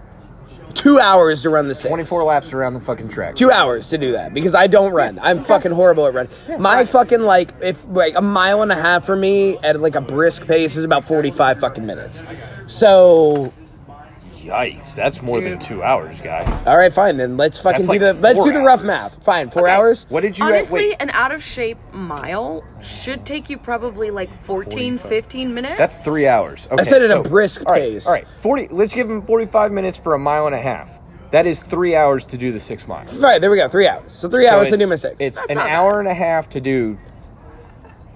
Speaker 2: two hours to run the six.
Speaker 1: 24 laps around the fucking track.
Speaker 2: Two hours to do that because I don't run. I'm fucking horrible at running. My fucking like if like a mile and a half for me at like a brisk pace is about 45 fucking minutes. So
Speaker 1: Yikes, that's more than two hours, guy.
Speaker 2: all right, fine then. Let's fucking
Speaker 1: That's
Speaker 2: do
Speaker 1: like
Speaker 2: the let's
Speaker 1: four
Speaker 2: do the rough
Speaker 1: hours.
Speaker 2: math. Fine, four
Speaker 3: Okay.
Speaker 2: hours.
Speaker 1: What did you at-
Speaker 3: Honestly,
Speaker 1: wait?
Speaker 3: an out of shape mile should take you probably like 14, 15 minutes.
Speaker 1: That's three hours. Okay,
Speaker 2: said at a
Speaker 1: so-
Speaker 2: brisk
Speaker 1: all right,
Speaker 2: pace.
Speaker 1: All right, 40. Let's give him 45 minutes for a mile and a half. That is three hours to do the six miles.
Speaker 2: Right there we go. Three hours. So three
Speaker 1: So
Speaker 2: hours to
Speaker 1: it's-
Speaker 2: do my six.
Speaker 1: It's
Speaker 3: That's
Speaker 1: an
Speaker 3: not bad.
Speaker 1: hour and a half to do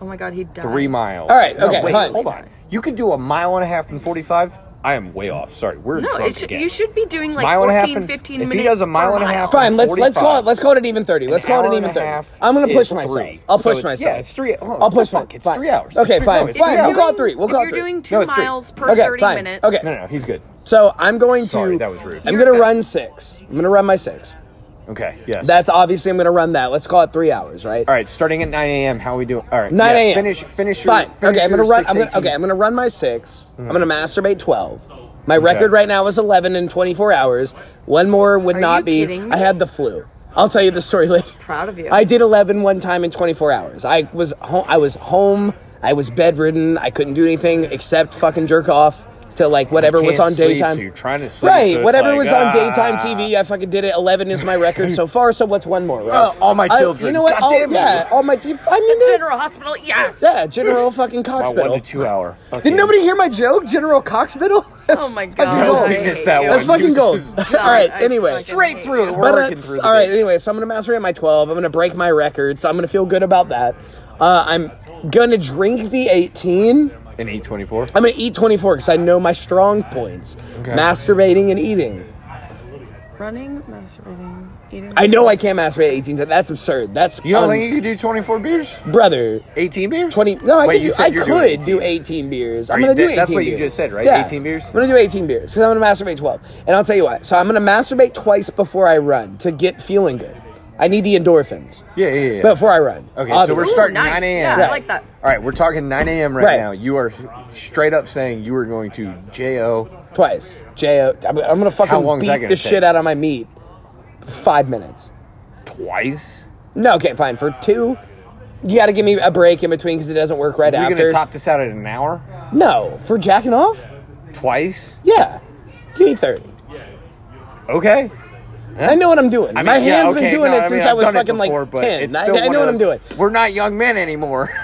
Speaker 3: oh my god, he died.
Speaker 1: three miles.
Speaker 2: All right,
Speaker 1: No,
Speaker 2: okay,
Speaker 1: wait,
Speaker 2: fine.
Speaker 1: hold on. You could do a mile and a half in 45. I am way off. Sorry, we're
Speaker 3: No,
Speaker 1: drunk
Speaker 3: it should,
Speaker 1: again.
Speaker 3: you should be doing like
Speaker 1: Mile and a half
Speaker 3: 14,
Speaker 1: and-
Speaker 3: 15
Speaker 1: if he
Speaker 3: minutes.
Speaker 1: does a
Speaker 3: per
Speaker 1: mile and a half-
Speaker 2: fine. Let's let's call
Speaker 1: 45.
Speaker 2: it let's call it an even 30. Let's
Speaker 1: An
Speaker 2: call it
Speaker 1: hour
Speaker 2: an
Speaker 1: and
Speaker 2: even
Speaker 1: a
Speaker 2: 30.
Speaker 1: half
Speaker 2: I'm gonna
Speaker 1: is
Speaker 2: push
Speaker 1: three.
Speaker 2: myself. I'll
Speaker 1: So
Speaker 2: push
Speaker 1: it's-
Speaker 2: myself.
Speaker 1: Yeah, it's three. oh,
Speaker 2: I'll push
Speaker 1: fuck,
Speaker 2: my-
Speaker 1: It's
Speaker 2: fine.
Speaker 1: three hours.
Speaker 2: Okay,
Speaker 1: It's three-
Speaker 2: fine,
Speaker 1: it's
Speaker 2: fine,
Speaker 1: three
Speaker 2: we'll
Speaker 1: hours.
Speaker 2: call it three. We'll
Speaker 3: if
Speaker 2: call it
Speaker 3: you're
Speaker 2: three.
Speaker 3: doing two
Speaker 1: No, it's three.
Speaker 3: miles per
Speaker 2: Okay,
Speaker 3: 30
Speaker 2: fine.
Speaker 3: minutes.
Speaker 2: Okay.
Speaker 1: No, no, no, he's good.
Speaker 2: So I'm going
Speaker 1: Sorry,
Speaker 2: to.
Speaker 1: that was rude.
Speaker 2: I'm
Speaker 3: You're
Speaker 2: gonna
Speaker 3: good.
Speaker 2: run six. I'm gonna run my six.
Speaker 1: Okay. Yes.
Speaker 2: That's obviously I'm going to run that. Let's call it three hours, right?
Speaker 1: all right. Starting at 9 a.m. How we doing? All right.
Speaker 2: 9
Speaker 1: yeah,
Speaker 2: a.m.
Speaker 1: Finish. Finish your.
Speaker 2: Fine.
Speaker 1: Finish
Speaker 2: okay, I'm gonna
Speaker 1: your Mm-hmm.
Speaker 2: run. I'm gonna,
Speaker 1: 6:18.
Speaker 2: okay, I'm gonna run my 6 i I'm gonna masturbate twelve. My record right now is eleven in 24 hours. One more would
Speaker 3: Are
Speaker 2: not
Speaker 3: you
Speaker 2: be.
Speaker 3: kidding me?
Speaker 2: I had the flu. I'll tell you the story [laughs] later.
Speaker 3: Proud of you.
Speaker 2: I did 11 one time in 24 hours. I was home. I was home. I was bedridden. I couldn't do anything except fucking jerk off to like whatever was
Speaker 1: can't
Speaker 2: on
Speaker 1: sleep,
Speaker 2: daytime.
Speaker 1: so you're trying to sleep, so
Speaker 2: Right,
Speaker 1: it's
Speaker 2: whatever
Speaker 1: like,
Speaker 2: was
Speaker 1: ah.
Speaker 2: on daytime TV, I fucking did it. 11 is my record so far. So what's one more? Right?
Speaker 1: Oh, all my
Speaker 2: I-
Speaker 1: children.
Speaker 2: you know what?
Speaker 1: God
Speaker 2: all,
Speaker 1: damn you.
Speaker 2: yeah, all my. I mean, they're-
Speaker 3: General Hospital, yes.
Speaker 2: yeah, General fucking
Speaker 1: About one
Speaker 2: Coxpiddle.
Speaker 1: to two hour.
Speaker 2: Didn't nobody hear my joke, General Coxpiddle?
Speaker 3: Oh my god.
Speaker 2: fucking gold.
Speaker 1: we
Speaker 3: I
Speaker 1: missed
Speaker 3: hate
Speaker 1: that
Speaker 3: you.
Speaker 1: one.
Speaker 2: That's fucking
Speaker 3: [laughs]
Speaker 1: Dude,
Speaker 2: gold.
Speaker 1: this
Speaker 2: [laughs] all
Speaker 1: is-
Speaker 2: right,
Speaker 3: I
Speaker 2: anyway.
Speaker 3: fucking Straight
Speaker 1: hate through. you. We're
Speaker 2: But
Speaker 1: working
Speaker 2: that's-
Speaker 1: through the
Speaker 2: all right,
Speaker 1: bitch.
Speaker 2: anyway, so I'm going to masturbate my 12. I'm going to break my record, so I'm going to feel good about that. Uh, I'm going to drink the 18.
Speaker 1: An 824.
Speaker 2: I'm going to eat 24 because I know my strong points.
Speaker 1: Okay.
Speaker 2: Masturbating and eating.
Speaker 3: Running, masturbating, eating.
Speaker 2: I know I can't masturbate at 18. That's absurd. That's
Speaker 1: You don't
Speaker 2: un-
Speaker 1: think you could do 24 beers?
Speaker 2: brother.
Speaker 1: 18 beers?
Speaker 2: 20 no i
Speaker 1: Wait,
Speaker 2: could,
Speaker 1: you
Speaker 2: do,
Speaker 1: said
Speaker 2: I
Speaker 1: you're
Speaker 2: could
Speaker 1: doing 18.
Speaker 2: do 18 beers i'm
Speaker 1: you-
Speaker 2: gonna do
Speaker 1: that-
Speaker 2: 18
Speaker 1: that's what you
Speaker 2: beers.
Speaker 1: just said, right? 18 beers?
Speaker 2: i'm gonna do 18 beers because i'm gonna masturbate 12 and i'll tell you why so i'm gonna masturbate twice before i run to get feeling good i need the endorphins
Speaker 1: Yeah, yeah, yeah.
Speaker 2: before i run
Speaker 1: Okay, so
Speaker 2: obviously.
Speaker 1: we're
Speaker 3: Ooh,
Speaker 1: starting
Speaker 3: nice.
Speaker 1: 9 a.m.
Speaker 3: Yeah, I like that.
Speaker 1: All right, we're talking 9 a.m. right,
Speaker 2: Right.
Speaker 1: now. You are straight up saying you are going to J.O.
Speaker 2: twice jo i'm, I'm gonna
Speaker 1: How
Speaker 2: fucking
Speaker 1: long is
Speaker 2: beat
Speaker 1: that
Speaker 2: the
Speaker 1: gonna take?
Speaker 2: shit out of my meat five minutes
Speaker 1: twice.
Speaker 2: no okay fine for two you gotta give me a break in between because it doesn't work right
Speaker 1: We're going
Speaker 2: after
Speaker 1: to top this out at an hour?
Speaker 2: no for jacking off
Speaker 1: Twice?
Speaker 2: yeah give me 30
Speaker 1: Okay.
Speaker 2: I know what I'm doing.
Speaker 1: I mean,
Speaker 2: My
Speaker 1: yeah,
Speaker 2: hand's
Speaker 1: okay,
Speaker 2: been doing
Speaker 1: no,
Speaker 2: it
Speaker 1: mean,
Speaker 2: since
Speaker 1: I've
Speaker 2: I was
Speaker 1: done it
Speaker 2: fucking
Speaker 1: before,
Speaker 2: like
Speaker 1: but
Speaker 2: 10.
Speaker 1: it's
Speaker 2: I,
Speaker 1: still
Speaker 2: I
Speaker 1: one
Speaker 2: know
Speaker 1: of
Speaker 2: what I'm
Speaker 1: those-
Speaker 2: doing.
Speaker 1: We're not young men anymore. [laughs]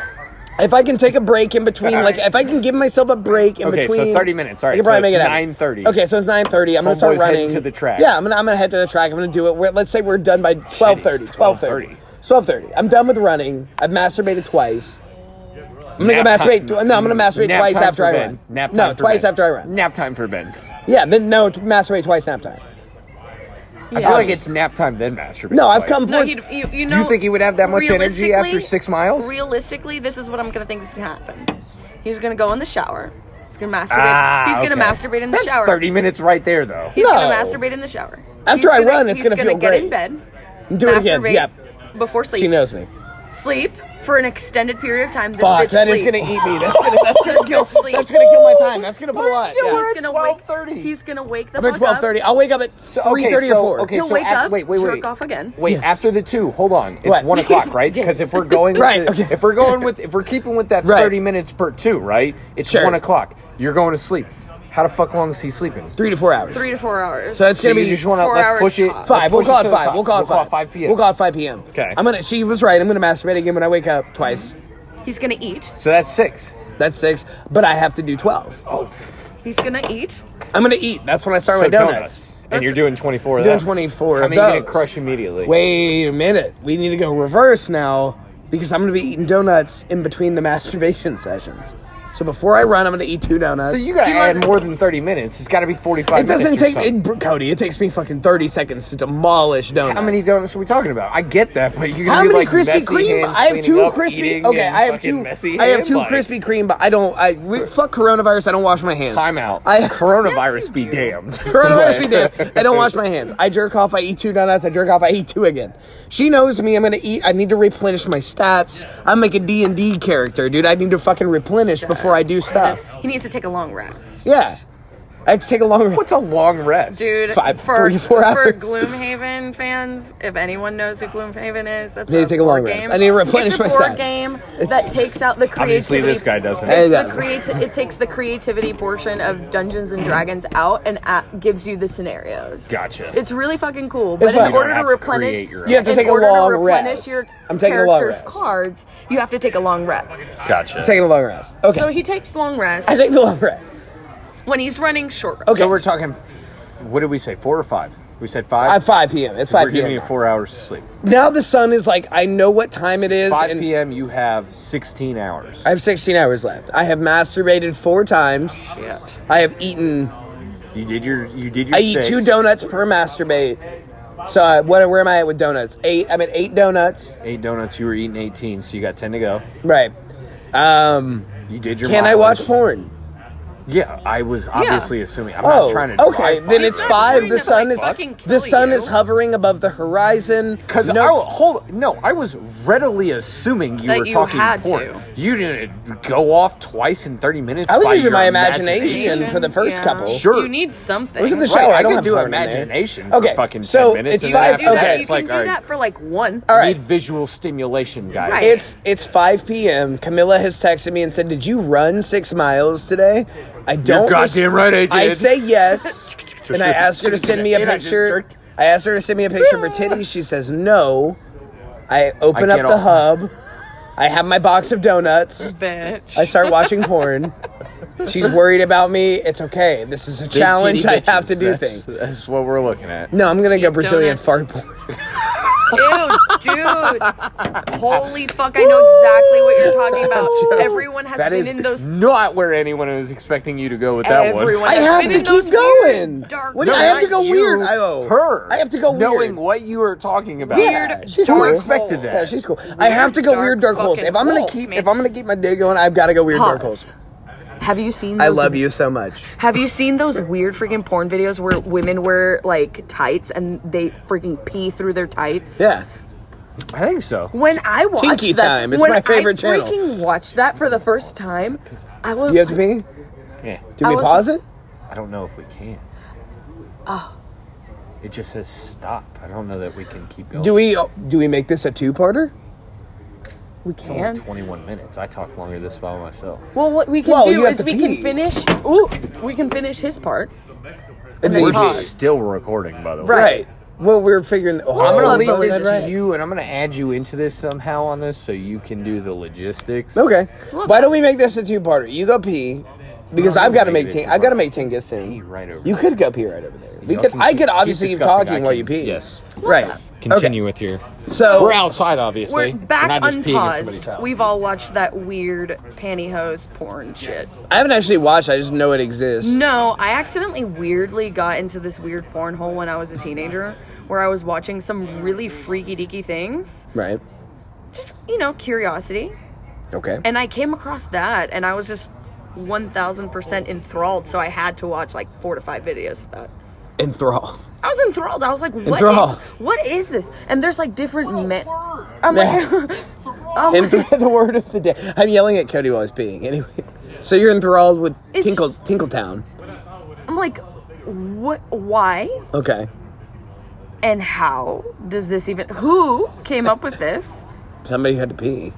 Speaker 2: If I can take a break in between, like if I can give myself a break in
Speaker 1: Okay, so
Speaker 2: between.
Speaker 1: 30 minutes. All
Speaker 2: I
Speaker 1: right,
Speaker 2: can
Speaker 1: so
Speaker 2: probably
Speaker 1: it's
Speaker 2: make it
Speaker 1: 9:30.
Speaker 2: happen. Okay, so it's 9:30. I'm gonna
Speaker 1: Homeboy's
Speaker 2: start
Speaker 1: heading
Speaker 2: running
Speaker 1: to the track.
Speaker 2: Yeah, I'm gonna I'm gonna head to the track. I'm gonna do it. We're, let's say we're done by 12:30. 12:30.
Speaker 1: 12:30.
Speaker 2: 12:30. I'm done with running. I've masturbated twice. I'm gonna go
Speaker 1: Nap time-
Speaker 2: masturbate. Tw- no, I'm gonna masturbate
Speaker 1: Nap
Speaker 2: twice
Speaker 1: time
Speaker 2: after
Speaker 1: for
Speaker 2: I
Speaker 1: Ben.
Speaker 2: run.
Speaker 1: Nap time
Speaker 2: no,
Speaker 1: for
Speaker 2: twice
Speaker 1: Ben.
Speaker 2: after I run.
Speaker 1: Nap time for Ben.
Speaker 2: Yeah, then no, t- masturbate twice. Nap time.
Speaker 1: I feel like it's nap time then masturbate.
Speaker 2: No, I've
Speaker 1: twice.
Speaker 2: come-
Speaker 3: No, he'd, you, you know.
Speaker 1: think he would have that much energy after
Speaker 3: realistically-
Speaker 1: six miles?
Speaker 3: Realistically, this is what I'm gonna think is gonna happen. He's gonna go in the shower. He's gonna masturbate.
Speaker 1: Ah,
Speaker 3: he's gonna
Speaker 1: okay.
Speaker 3: masturbate in the
Speaker 1: That's
Speaker 3: shower.
Speaker 1: 30 minutes right there, though.
Speaker 3: He's gonna
Speaker 2: No.
Speaker 3: masturbate in the shower.
Speaker 2: After
Speaker 3: He's
Speaker 2: I
Speaker 3: gonna-
Speaker 2: run, it's
Speaker 3: he's
Speaker 2: gonna feel
Speaker 3: get
Speaker 2: great.
Speaker 3: in bed.
Speaker 2: Do it again.
Speaker 3: masturbate
Speaker 2: Yep.
Speaker 3: Before sleep.
Speaker 2: She knows me.
Speaker 3: Sleep for an extended period of time. This
Speaker 2: Fuck,
Speaker 3: bitch
Speaker 2: that is gonna
Speaker 3: sleeps.
Speaker 2: eat
Speaker 3: [laughs]
Speaker 2: me. That's gonna, that's gonna
Speaker 3: This
Speaker 2: kill.
Speaker 3: bitch sleeps.
Speaker 2: That's gonna kill my time. That's gonna put a lot. Yeah.
Speaker 3: He's
Speaker 1: at
Speaker 3: gonna wake.
Speaker 1: 12:30.
Speaker 3: He's gonna wake the
Speaker 2: I'm at
Speaker 3: fuck up.
Speaker 2: twelve thirty. I'll wake up at
Speaker 1: So, okay,
Speaker 2: three thirty
Speaker 1: so-
Speaker 2: or four.
Speaker 1: okay,
Speaker 3: He'll
Speaker 1: so
Speaker 3: wake
Speaker 1: at-
Speaker 3: up,
Speaker 1: wait, wait,
Speaker 3: jerk
Speaker 1: wait.
Speaker 3: off again.
Speaker 1: Wait, after the two, hold on. It's
Speaker 2: What?
Speaker 1: one o'clock, right?
Speaker 3: [laughs]
Speaker 1: Because if we're going,
Speaker 2: Right,
Speaker 1: with the-
Speaker 2: okay.
Speaker 1: If we're going with, if we're keeping with that
Speaker 2: Right.
Speaker 1: thirty minutes per two, right? It's
Speaker 2: Sure.
Speaker 1: one o'clock. You're going to sleep. How the fuck long is he sleeping?
Speaker 2: Three to four hours.
Speaker 3: Three to four hours.
Speaker 2: so that's
Speaker 1: So
Speaker 2: gonna
Speaker 1: you
Speaker 2: be
Speaker 1: just want to
Speaker 3: four
Speaker 1: let's
Speaker 3: hours
Speaker 1: push it.
Speaker 3: tops.
Speaker 2: five. We'll
Speaker 1: let's
Speaker 2: call
Speaker 1: push
Speaker 2: it
Speaker 1: to the
Speaker 2: five.
Speaker 1: top.
Speaker 2: We'll call it five.
Speaker 1: five p.m.
Speaker 2: We'll call it five p.m.
Speaker 1: Okay.
Speaker 2: I'm gonna. She was right. I'm gonna masturbate again when I wake up twice.
Speaker 3: He's gonna eat.
Speaker 1: So that's six. Oh,
Speaker 2: That's six. But I have to do twelve.
Speaker 3: He's gonna eat.
Speaker 2: I'm gonna eat. That's when I start
Speaker 1: So
Speaker 2: my donuts.
Speaker 1: and you're doing twenty four.
Speaker 2: Doing 24
Speaker 1: How
Speaker 2: of
Speaker 1: many you gonna
Speaker 2: those.
Speaker 1: crush immediately?
Speaker 2: Wait a minute. We need to go reverse now because I'm gonna be eating donuts in between the [laughs] masturbation sessions. So before I run, I'm gonna eat two donuts.
Speaker 1: So you gotta add more than thirty minutes. It's gotta be forty five.
Speaker 2: It doesn't take it, br- Cody. It takes me fucking thirty seconds to demolish donuts.
Speaker 1: How many donuts are we talking about? I get that, but you're gonna
Speaker 2: How
Speaker 1: be
Speaker 2: many
Speaker 1: like
Speaker 2: Krispy
Speaker 1: messy
Speaker 2: Kreme?
Speaker 1: hands
Speaker 2: I have
Speaker 1: cleaning
Speaker 2: two
Speaker 1: up,
Speaker 2: Krispy.
Speaker 1: eating,
Speaker 2: Okay,
Speaker 1: and
Speaker 2: I have
Speaker 1: fucking
Speaker 2: two.
Speaker 1: messy
Speaker 2: I have
Speaker 1: hand,
Speaker 2: two
Speaker 1: like,
Speaker 2: Krispy Kreme, but I don't. I we- fuck coronavirus. I don't wash my hands.
Speaker 1: Time out.
Speaker 2: I
Speaker 1: Coronavirus
Speaker 3: Yes, you
Speaker 1: be
Speaker 3: do.
Speaker 1: damned. [laughs]
Speaker 2: Coronavirus we did. I don't wash my hands. I jerk off. I eat two donuts. I jerk off. I eat two again. She knows me. I'm gonna eat. I need to replenish my stats. I'm like a D and D character, dude. I need to fucking replenish before I do stuff.
Speaker 3: He needs to take a long rest.
Speaker 2: Yeah, I have to take a long.
Speaker 1: What's a long rest?
Speaker 3: Dude,
Speaker 2: Five-
Speaker 3: for,
Speaker 2: three to four
Speaker 3: for
Speaker 2: hours.
Speaker 3: Gloomhaven fans, if anyone knows who Gloomhaven is, that's
Speaker 2: Need to
Speaker 3: a
Speaker 2: take a
Speaker 3: board
Speaker 2: long rest.
Speaker 3: game.
Speaker 2: I need to replenish
Speaker 3: it's a
Speaker 2: my
Speaker 3: board
Speaker 2: stats.
Speaker 3: game that takes out the creativity.
Speaker 1: Obviously, this guy doesn't.
Speaker 3: It's
Speaker 2: Yeah,
Speaker 3: the
Speaker 2: he
Speaker 3: creati- it takes the creativity portion of Dungeons and Dragons out and at- gives you the scenarios.
Speaker 1: Gotcha.
Speaker 3: It's really fucking cool. But
Speaker 2: like-
Speaker 3: in
Speaker 2: You don't
Speaker 3: order to
Speaker 1: have to
Speaker 3: replenish,
Speaker 1: create your own.
Speaker 2: You have to
Speaker 3: in
Speaker 2: take a
Speaker 3: order
Speaker 2: long
Speaker 3: to replenish
Speaker 2: rest.
Speaker 3: your
Speaker 2: I'm taking a long
Speaker 3: character's
Speaker 2: rest.
Speaker 3: cards, you have to take a long rest.
Speaker 1: Gotcha.
Speaker 2: Taking a long rest. Okay.
Speaker 3: So he takes long rest.
Speaker 2: I take the long rest.
Speaker 3: when he's running short. rest.
Speaker 2: Okay.
Speaker 1: So we're talking. f- What did we say? Four or five? We said five.
Speaker 2: At 5 p.m. It's 5
Speaker 1: We're
Speaker 2: p.m.
Speaker 1: giving you four hours of sleep.
Speaker 2: Now the sun is like I know what time it is.
Speaker 1: Five
Speaker 2: and
Speaker 1: p.m. You have sixteen hours.
Speaker 2: I have 16 hours left. I have masturbated four times.
Speaker 3: Shit.
Speaker 2: I have eaten.
Speaker 1: You did your. You did your.
Speaker 2: I eat
Speaker 1: six.
Speaker 2: two donuts per masturbate. So I, what, where am I at with donuts? Eight. I'm at eight donuts.
Speaker 1: Eight donuts. You were eating eighteen, so you got ten to go.
Speaker 2: Right. Um,
Speaker 1: You did your.
Speaker 2: can I watch
Speaker 1: mileage.
Speaker 2: porn? Oh,
Speaker 1: Yeah, I was obviously assuming. I'm not trying to.
Speaker 2: okay. Then it's
Speaker 3: not
Speaker 2: five.
Speaker 3: trying
Speaker 2: The
Speaker 3: to,
Speaker 2: sun
Speaker 3: like,
Speaker 2: is
Speaker 3: fucking
Speaker 2: the
Speaker 3: kill
Speaker 2: sun
Speaker 3: you.
Speaker 2: is hovering above the horizon.
Speaker 1: Because
Speaker 2: No-
Speaker 1: I will- hold no, I was readily assuming you
Speaker 3: That
Speaker 1: were
Speaker 3: you
Speaker 1: talking
Speaker 3: had
Speaker 1: porn.
Speaker 3: to.
Speaker 1: You didn't go off twice in thirty minutes.
Speaker 2: I was
Speaker 1: by your
Speaker 2: using my imagination for the first
Speaker 3: Yeah.
Speaker 2: couple.
Speaker 1: Sure.
Speaker 3: You need something.
Speaker 2: I was in the
Speaker 1: Right,
Speaker 2: shower.
Speaker 1: I
Speaker 2: I don't
Speaker 1: could
Speaker 2: have
Speaker 1: do
Speaker 2: porn in there.
Speaker 1: imagination for
Speaker 2: Okay,
Speaker 1: fucking 10
Speaker 2: so
Speaker 1: minutes,
Speaker 2: It's
Speaker 1: and then
Speaker 2: five.
Speaker 1: after that,
Speaker 2: Okay,
Speaker 3: okay, you
Speaker 1: it's like,
Speaker 3: can do
Speaker 1: all right.
Speaker 3: that for like one.
Speaker 2: all
Speaker 1: Need
Speaker 2: right.
Speaker 1: visual stimulation, guys.
Speaker 3: Right.
Speaker 2: It's it's 5 p.m. Camilla has texted me and said, "Did you run six miles today?" I don't.
Speaker 1: goddamn right I did.
Speaker 2: say yes,
Speaker 1: [laughs]
Speaker 2: and I asked her to send me a
Speaker 1: And I just
Speaker 2: picture.
Speaker 1: jerked.
Speaker 2: I asked her to send me a picture of her titties. She says no. I open
Speaker 1: I
Speaker 2: up
Speaker 1: get
Speaker 2: the
Speaker 1: off.
Speaker 2: hub. I have my box of donuts.
Speaker 3: Bitch.
Speaker 2: I start
Speaker 1: [laughs]
Speaker 2: watching porn. She's worried about me. It's okay. This is a
Speaker 1: Big
Speaker 2: challenge.
Speaker 1: titty
Speaker 2: I have
Speaker 1: bitches,
Speaker 2: to do
Speaker 1: that's-
Speaker 2: things.
Speaker 1: That's what we're looking at.
Speaker 2: No, I'm gonna go Brazilian
Speaker 3: donuts.
Speaker 2: fart porn.
Speaker 3: Ew, dude.
Speaker 2: [laughs]
Speaker 3: Holy fuck, I know exactly what you're talking about. Everyone has
Speaker 1: That
Speaker 3: been
Speaker 1: is
Speaker 3: in
Speaker 2: [laughs]
Speaker 3: those
Speaker 1: not where anyone was expecting you to go with that
Speaker 3: Everyone-
Speaker 1: one.
Speaker 2: I
Speaker 3: It's
Speaker 2: have
Speaker 3: been
Speaker 2: to
Speaker 3: in those
Speaker 2: keep going.
Speaker 3: weird, dark
Speaker 2: What- I have to
Speaker 3: nights.
Speaker 2: go
Speaker 1: You,
Speaker 2: weird. I, oh,
Speaker 1: her.
Speaker 2: I have to go weird.
Speaker 1: knowing what you were talking about.
Speaker 2: Yeah,
Speaker 3: Weird
Speaker 2: she's
Speaker 1: Who
Speaker 2: cool.
Speaker 1: expected that?
Speaker 2: Yeah, she's cool. I have to go
Speaker 3: dark
Speaker 2: weird dark holes.
Speaker 3: fucking
Speaker 2: If I'm gonna
Speaker 3: holes,
Speaker 2: keep,
Speaker 3: man.
Speaker 2: if I'm gonna keep my day going, I've got to go weird dark holes.
Speaker 3: Pause. Have you seen those
Speaker 2: you so much.
Speaker 3: Have you seen those weird freaking porn videos where women wear like tights and they freaking pee through their tights?
Speaker 2: Yeah,
Speaker 1: I think so.
Speaker 3: When I watched
Speaker 2: Tinky
Speaker 3: that,
Speaker 2: time. It's
Speaker 3: when
Speaker 2: my favorite
Speaker 3: I
Speaker 2: channel.
Speaker 3: freaking watched that for the first time, I was
Speaker 2: you have to
Speaker 3: like,
Speaker 2: pee.
Speaker 1: Yeah.
Speaker 2: Do
Speaker 3: I
Speaker 2: we
Speaker 3: was-
Speaker 2: pause it?
Speaker 1: I don't know if we can. Oh. It just says stop. I don't know that we can keep going.
Speaker 2: Do we? Do we make this a two-parter?
Speaker 3: we
Speaker 1: It's only
Speaker 3: can.
Speaker 1: 21 minutes. I talk longer this by myself.
Speaker 3: Well, what we can
Speaker 2: Well, you
Speaker 3: do
Speaker 2: have
Speaker 3: is
Speaker 2: to
Speaker 3: we
Speaker 2: pee.
Speaker 3: can finish. Ooh, we can finish his part.
Speaker 2: And
Speaker 1: We're
Speaker 2: then
Speaker 3: pause.
Speaker 1: still recording, by the way.
Speaker 2: right. Well, we're figuring. Oh,
Speaker 1: I'm
Speaker 2: oh,
Speaker 1: gonna leave
Speaker 2: but
Speaker 1: this
Speaker 2: that
Speaker 1: to
Speaker 2: right.
Speaker 1: you, and I'm gonna add you into this somehow on this, so you can do the logistics.
Speaker 2: Okay.
Speaker 3: Look.
Speaker 2: Why don't we make this a two-parter? You go pee, because
Speaker 1: No,
Speaker 2: I've
Speaker 1: we'll
Speaker 2: got to
Speaker 1: make
Speaker 2: make.
Speaker 1: it a
Speaker 2: Ting- I've got
Speaker 1: two-parter.
Speaker 2: to make Tingus soon.
Speaker 1: Pee right over
Speaker 2: You
Speaker 1: there.
Speaker 2: could go pee right over there. We
Speaker 1: Y'all
Speaker 2: could.
Speaker 1: can
Speaker 2: I
Speaker 1: keep-
Speaker 2: could
Speaker 1: keep
Speaker 2: obviously keep
Speaker 1: discussing. I
Speaker 2: talking while
Speaker 1: can-
Speaker 2: you pee.
Speaker 1: yes.
Speaker 2: Right.
Speaker 4: Continue with your.
Speaker 2: So
Speaker 1: We're outside, obviously.
Speaker 3: We're back
Speaker 1: not just peeing in somebody's
Speaker 3: unpaused.
Speaker 1: house.
Speaker 3: We've all watched that weird pantyhose porn shit.
Speaker 2: I haven't actually watched. I just know it exists.
Speaker 3: No, I accidentally weirdly got into this weird porn hole when I was a teenager where I was watching some really freaky deaky things.
Speaker 2: Right.
Speaker 3: Just, you know, curiosity.
Speaker 2: Okay.
Speaker 3: And I came across that and I was just 1000% enthralled. So I had to watch like four to five videos of that.
Speaker 2: [laughs] Enthrall.
Speaker 3: I was enthralled. I was like, what is,
Speaker 2: Enthralled.
Speaker 3: what is this? And there's like different men. I'm like,
Speaker 2: Enthr- the word of the day. I'm yelling at Cody while he's peeing. Anyway, so you're enthralled with
Speaker 3: It's-
Speaker 2: Tinkle Tinkletown.
Speaker 3: I'm like, what, why?
Speaker 2: Okay.
Speaker 3: And how does this even, who came up with this?
Speaker 2: Somebody had to pee.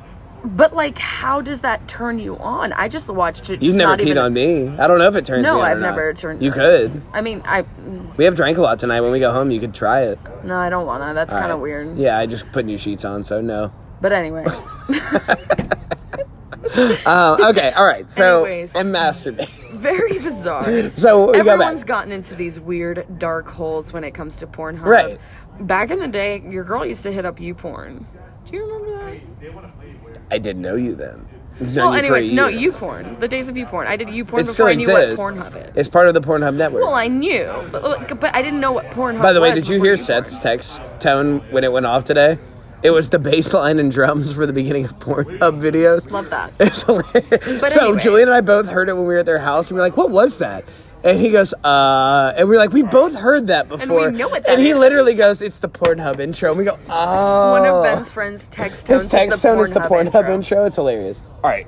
Speaker 3: But like, how does that turn you on? I just watched it.
Speaker 2: You've
Speaker 3: just
Speaker 2: never
Speaker 3: not
Speaker 2: peed
Speaker 3: even,
Speaker 2: on me. I don't know if it turns
Speaker 3: No,
Speaker 2: me on or
Speaker 3: I've
Speaker 2: not.
Speaker 3: never turned-
Speaker 2: You could.
Speaker 3: I mean, I
Speaker 2: We have drank a lot tonight. When we go home, you could try it.
Speaker 3: no, I don't wanna. That's kind of
Speaker 2: Alright.
Speaker 3: weird.
Speaker 2: Yeah, I just put new sheets on, so no.
Speaker 3: But anyways, [laughs]
Speaker 2: Oh, okay. All right. So
Speaker 3: Anyways.
Speaker 2: and masturbate. [laughs]
Speaker 3: very bizarre.
Speaker 2: So we go
Speaker 3: Everyone's
Speaker 2: back.
Speaker 3: gotten into these weird dark holes when it comes to Pornhub.
Speaker 2: Right.
Speaker 3: Back in the day, your girl used to hit up YouPorn. Do you remember that?
Speaker 2: I didn't know you then. Known
Speaker 3: well,
Speaker 2: you for a
Speaker 3: anyways, no,
Speaker 2: year.
Speaker 3: YouPorn. The days of YouPorn. I did YouPorn
Speaker 2: It
Speaker 3: before
Speaker 2: still
Speaker 3: I knew what
Speaker 2: exists.
Speaker 3: Pornhub is.
Speaker 2: It's part of the Pornhub network.
Speaker 3: Well, I knew, but, like, but I didn't know what Pornhub.
Speaker 2: By the way,
Speaker 3: was
Speaker 2: did you
Speaker 3: before
Speaker 2: hear
Speaker 3: YouPorn.
Speaker 2: Seth's text tone when it went off today? It was the bass line and drums for the beginning of Pornhub videos. [laughs]
Speaker 3: Love that.
Speaker 2: It's hilarious. so
Speaker 3: anyways.
Speaker 2: Julian and I both heard it when we were at their house, and we are like, "What was that?" And he goes, "Uh," and we are like, "We both heard that before."
Speaker 3: know what
Speaker 2: And
Speaker 3: that
Speaker 2: he
Speaker 3: is.
Speaker 2: literally goes, "It's the Pornhub intro." And we go, "Oh."
Speaker 3: One of Ben's friends text tone.
Speaker 2: His text tone is the Pornhub intro. It's hilarious.
Speaker 1: All right,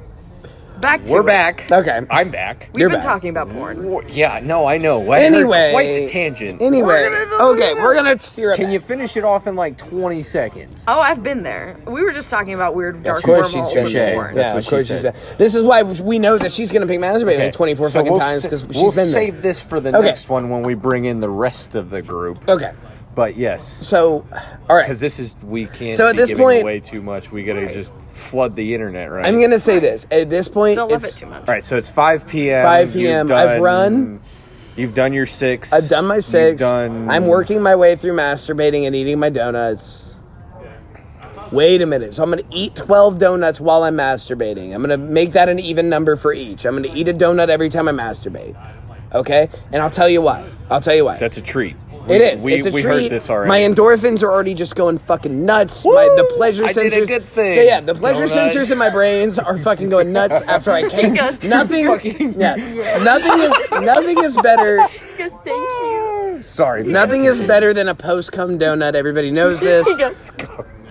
Speaker 3: Back to
Speaker 1: we're
Speaker 3: it.
Speaker 1: back.
Speaker 2: Okay.
Speaker 1: I'm back.
Speaker 3: We've
Speaker 2: You're
Speaker 3: been
Speaker 2: back.
Speaker 3: talking about porn.
Speaker 1: Wha- Yeah, no, I know. I heard
Speaker 2: Anyway,
Speaker 1: quite the tangent.
Speaker 2: Anyway, okay, we're gonna steer it
Speaker 1: Can
Speaker 2: back.
Speaker 1: you finish it off in like 20 seconds?
Speaker 3: Oh, I've been there. We were just talking about weird dark
Speaker 1: Of course
Speaker 3: hormones
Speaker 1: she's
Speaker 3: and
Speaker 1: touche.
Speaker 3: porn.
Speaker 1: That's
Speaker 2: yeah,
Speaker 1: what
Speaker 2: of
Speaker 1: she
Speaker 2: course she's
Speaker 1: said.
Speaker 2: been- This is why we know that she's gonna pick masturbating like 24 fucking times because she's
Speaker 1: we'll
Speaker 2: been there.
Speaker 1: save this for the
Speaker 2: Okay.
Speaker 1: next one when we bring in the rest of the group.
Speaker 2: Okay.
Speaker 1: But yes,
Speaker 2: So, all right.
Speaker 1: because this is we can't.
Speaker 2: So at
Speaker 1: be
Speaker 2: this
Speaker 1: giving
Speaker 2: point-
Speaker 1: away too much. We gotta just flood the internet, right?
Speaker 2: I'm gonna say this at this point.
Speaker 3: They'll love it
Speaker 2: it's-
Speaker 3: too much.
Speaker 1: All right, so it's 5 p.m.
Speaker 2: 5
Speaker 1: You've
Speaker 2: p.m. I've
Speaker 1: done-
Speaker 2: run.
Speaker 1: You've done your six.
Speaker 2: I've done my
Speaker 1: You've
Speaker 2: 6
Speaker 1: done-
Speaker 2: I'm working my way through masturbating and eating my donuts. Wait a minute. So I'm gonna eat 12 donuts while I'm masturbating. I'm gonna make that an even number for each. I'm gonna eat a donut every time I masturbate. Okay, and I'll tell you why. I'll tell you why.
Speaker 1: That's a treat.
Speaker 2: It is.
Speaker 1: We-
Speaker 2: it's a
Speaker 1: we
Speaker 2: treat.
Speaker 1: heard this already.
Speaker 2: My endorphins are already just going fucking nuts. My, the pleasure
Speaker 1: I
Speaker 2: sensors.
Speaker 1: did a good thing,
Speaker 2: Yeah, yeah, the pleasure
Speaker 1: don't I?
Speaker 2: sensors in my brains are fucking going nuts
Speaker 1: [laughs]
Speaker 2: after I came.
Speaker 3: Yes. [laughs]
Speaker 2: nothing. [laughs] yeah, nothing is nothing is better.
Speaker 3: Yes, thank you.
Speaker 1: Sorry.
Speaker 2: Nothing is better than a post cum donut. Everybody
Speaker 3: [laughs]
Speaker 2: knows this.
Speaker 3: Yes.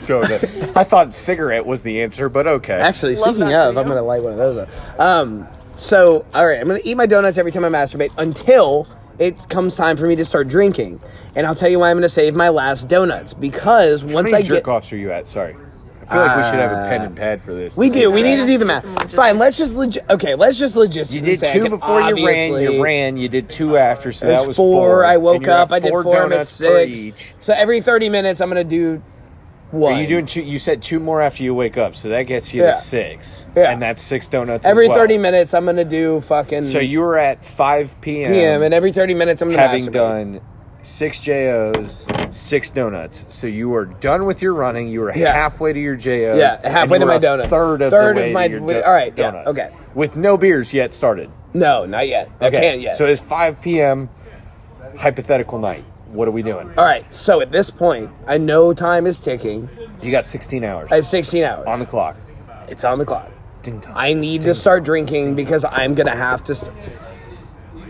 Speaker 1: Donut. [laughs] I thought cigarette was the answer, but okay.
Speaker 2: Actually,
Speaker 3: Love
Speaker 2: speaking
Speaker 3: that
Speaker 2: of,
Speaker 3: video.
Speaker 2: I'm gonna light one of those up. Um, so all right, I'm gonna eat my donuts every time I masturbate until it comes time for me to start drinking. And I'll tell you why I'm gonna save my last donuts because
Speaker 1: How
Speaker 2: once
Speaker 1: many
Speaker 2: I
Speaker 1: jerk
Speaker 2: get
Speaker 1: offs are you at? Sorry. I feel like we should have a pen and pad for this.
Speaker 2: we do, we need to do the math.
Speaker 3: Some logistics.
Speaker 2: Fine, let's just legi- okay, let's just logistics.
Speaker 1: You did
Speaker 2: say I
Speaker 1: two
Speaker 2: can
Speaker 1: before you ran.
Speaker 2: obviously-
Speaker 1: You ran. You did two after, so
Speaker 2: There's
Speaker 1: that was
Speaker 2: four.
Speaker 1: four.
Speaker 2: I woke
Speaker 1: and you had
Speaker 2: up. I did four. I'm at
Speaker 1: donuts per
Speaker 2: six.
Speaker 1: each.
Speaker 2: So every 30 minutes, I'm gonna do one.
Speaker 1: Are you doing two? You said two more after you wake up, so that gets you
Speaker 2: Yeah.
Speaker 1: to six.
Speaker 2: Yeah.
Speaker 1: And that's six donuts. as
Speaker 2: every
Speaker 1: well.
Speaker 2: 30 minutes? I'm gonna do fucking
Speaker 1: So you were at five p.m.
Speaker 2: PM, and every 30 minutes, I'm gonna
Speaker 1: having
Speaker 2: masturbate.
Speaker 1: done six JOs, six donuts. So you were done with your running. You were
Speaker 2: Yeah.
Speaker 1: halfway to your JOs.
Speaker 2: Yeah,
Speaker 1: and
Speaker 2: halfway
Speaker 1: you
Speaker 2: to
Speaker 1: were
Speaker 2: my
Speaker 1: a
Speaker 2: donut.
Speaker 1: Third of
Speaker 2: Third
Speaker 1: the
Speaker 2: of
Speaker 1: way to
Speaker 2: my-
Speaker 1: your do-
Speaker 2: all right, yeah,
Speaker 1: donuts.
Speaker 2: okay.
Speaker 1: With no beers yet started.
Speaker 2: No, not yet. I can't yet.
Speaker 1: So it's five p.m. Hypothetical night. What are we doing?
Speaker 2: All right, so at this point, I know time is ticking.
Speaker 1: You got sixteen hours
Speaker 2: I have 16 hours.
Speaker 1: on the clock.
Speaker 2: it's on the clock.
Speaker 1: Ding dong.
Speaker 2: I need to start drinking because I'm gonna have to. St-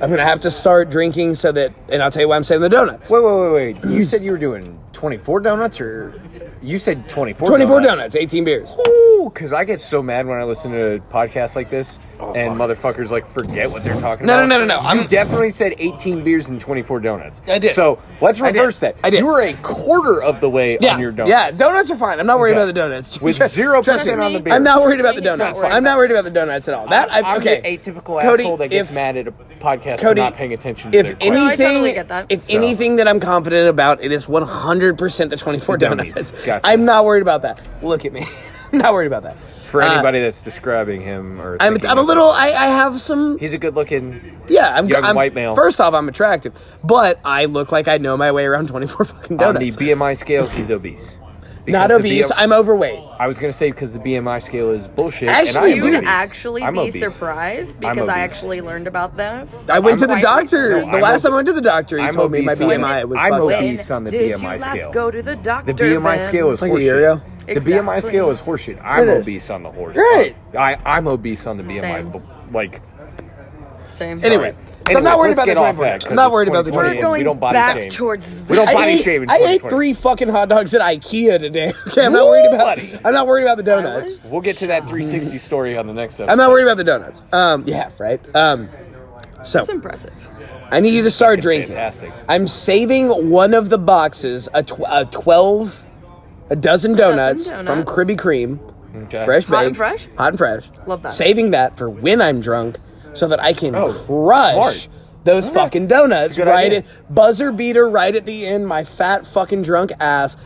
Speaker 2: I'm gonna have to start drinking so that, and I'll tell you why I'm saying the donuts.
Speaker 1: Wait, wait, wait, wait. You said you were doing 24 donuts or you said 24
Speaker 2: 24 donuts, 18 beers.
Speaker 1: Ooh, cuz I get so mad when I listen to podcasts like this and motherfuckers like forget what they're talking
Speaker 2: Oh, No, no,
Speaker 1: about.
Speaker 2: no, no, no.
Speaker 1: You
Speaker 2: I'm-
Speaker 1: definitely said 18 beers and 24 donuts.
Speaker 2: I did.
Speaker 1: So, let's
Speaker 2: I did.
Speaker 1: reverse that.
Speaker 2: I did.
Speaker 1: You were a quarter of the way
Speaker 2: Yeah,
Speaker 1: on your donuts.
Speaker 2: yeah, donuts are fine. I'm not worried
Speaker 1: Okay.
Speaker 2: about the donuts.
Speaker 1: With
Speaker 2: Trust-
Speaker 1: zero
Speaker 2: trust
Speaker 1: percent
Speaker 2: me,
Speaker 1: on the beer.
Speaker 2: I'm not worried about the
Speaker 3: Saying it's
Speaker 2: donuts.
Speaker 3: not fine.
Speaker 2: I'm not worried about the donuts at all. That I
Speaker 1: I'm
Speaker 2: okay.
Speaker 1: the atypical
Speaker 2: Cody,
Speaker 1: asshole that gets
Speaker 2: if-
Speaker 1: mad at a podcast
Speaker 2: Cody,
Speaker 1: for not paying attention to
Speaker 2: If
Speaker 1: their
Speaker 2: anything,
Speaker 1: questions.
Speaker 3: I totally get that.
Speaker 2: if
Speaker 1: So-
Speaker 2: anything that I'm confident about, it is 100 percent the 24
Speaker 1: It's the dummies.
Speaker 2: donuts.
Speaker 1: Gotcha.
Speaker 2: I'm not worried about that. Look at me, [laughs] not worried about that.
Speaker 1: for
Speaker 2: Uh,
Speaker 1: anybody that's describing him or
Speaker 2: I'm,
Speaker 1: thinking
Speaker 2: I'm a
Speaker 1: of
Speaker 2: little.
Speaker 1: him,
Speaker 2: I, I have some.
Speaker 1: He's a good-looking
Speaker 2: Yeah, I'm,
Speaker 1: young
Speaker 2: I'm
Speaker 1: white male.
Speaker 2: First off, I'm attractive, but I look like I know my way around [laughs] 24 fucking
Speaker 1: on the
Speaker 2: donuts.
Speaker 1: BMI scale, he's obese. Because
Speaker 2: Not
Speaker 1: the
Speaker 2: obese.
Speaker 1: BMI
Speaker 2: I'm overweight.
Speaker 1: I was gonna say because the BMI scale is bullshit.
Speaker 2: Actually,
Speaker 1: and
Speaker 2: you
Speaker 1: I am
Speaker 3: You'd
Speaker 1: obese.
Speaker 3: actually
Speaker 1: I'm
Speaker 3: be
Speaker 1: obese.
Speaker 3: surprised
Speaker 1: I'm
Speaker 3: because I
Speaker 1: obese.
Speaker 3: actually learned about this.
Speaker 2: I went
Speaker 1: I'm
Speaker 2: to the
Speaker 3: quite
Speaker 2: doctor.
Speaker 3: recently.
Speaker 2: the
Speaker 1: I'm
Speaker 2: last time
Speaker 1: obese.
Speaker 2: I went to the doctor, he
Speaker 1: I'm
Speaker 2: told me my
Speaker 1: obese on the-
Speaker 2: BMI was.
Speaker 1: I'm
Speaker 2: fucked up.
Speaker 1: obese.
Speaker 3: When
Speaker 1: obese on the
Speaker 3: did
Speaker 1: BMI
Speaker 3: you last
Speaker 1: scale.
Speaker 3: go to the doctor?
Speaker 1: The BMI
Speaker 3: Ben?
Speaker 1: scale is
Speaker 2: Like a
Speaker 1: horseshit.
Speaker 2: year ago?
Speaker 1: The BMI
Speaker 3: Exactly.
Speaker 1: scale is horseshit. I'm
Speaker 2: It is.
Speaker 1: obese on the horse.
Speaker 2: Right.
Speaker 1: I I'm obese on the BMI.
Speaker 3: Same.
Speaker 1: b- Like
Speaker 3: Same.
Speaker 2: Anyway, so I'm
Speaker 1: Anyways,
Speaker 2: not worried
Speaker 1: let's
Speaker 2: about the
Speaker 1: get off
Speaker 2: 24.
Speaker 1: that, 'cause
Speaker 2: I'm not
Speaker 1: it's
Speaker 2: worried about the
Speaker 1: 2020
Speaker 3: we're
Speaker 2: 24.
Speaker 1: and we
Speaker 3: going
Speaker 1: don't body
Speaker 3: back
Speaker 1: shame.
Speaker 3: towards.
Speaker 1: We don't
Speaker 3: that.
Speaker 1: body
Speaker 2: I ate,
Speaker 1: shame in
Speaker 2: I ate
Speaker 1: 2020.
Speaker 2: three fucking hot dogs at IKEA today. [laughs] Okay, I'm not worried about.
Speaker 1: Buddy.
Speaker 2: I'm not worried about the donuts.
Speaker 1: We'll get to that
Speaker 3: [laughs]
Speaker 1: 360 story on the next episode.
Speaker 2: I'm not worried about the donuts. Um, yeah, right. Um, so
Speaker 3: That's impressive.
Speaker 2: I need you to start drinking.
Speaker 1: fantastic.
Speaker 2: I'm saving one of the boxes, a, tw- a 12, a dozen donuts,
Speaker 3: donuts.
Speaker 2: from Krispy Kreme,
Speaker 1: Okay.
Speaker 2: fresh
Speaker 3: Hot
Speaker 2: baked,
Speaker 3: and fresh?
Speaker 2: hot and fresh.
Speaker 3: Love that.
Speaker 2: Saving that for when I'm drunk, so that I can
Speaker 1: Oh,
Speaker 2: crush
Speaker 1: smart.
Speaker 2: those fucking donuts.
Speaker 1: Good
Speaker 2: Right,
Speaker 1: idea.
Speaker 2: at, buzzer beater right at the end. My fat fucking drunk ass.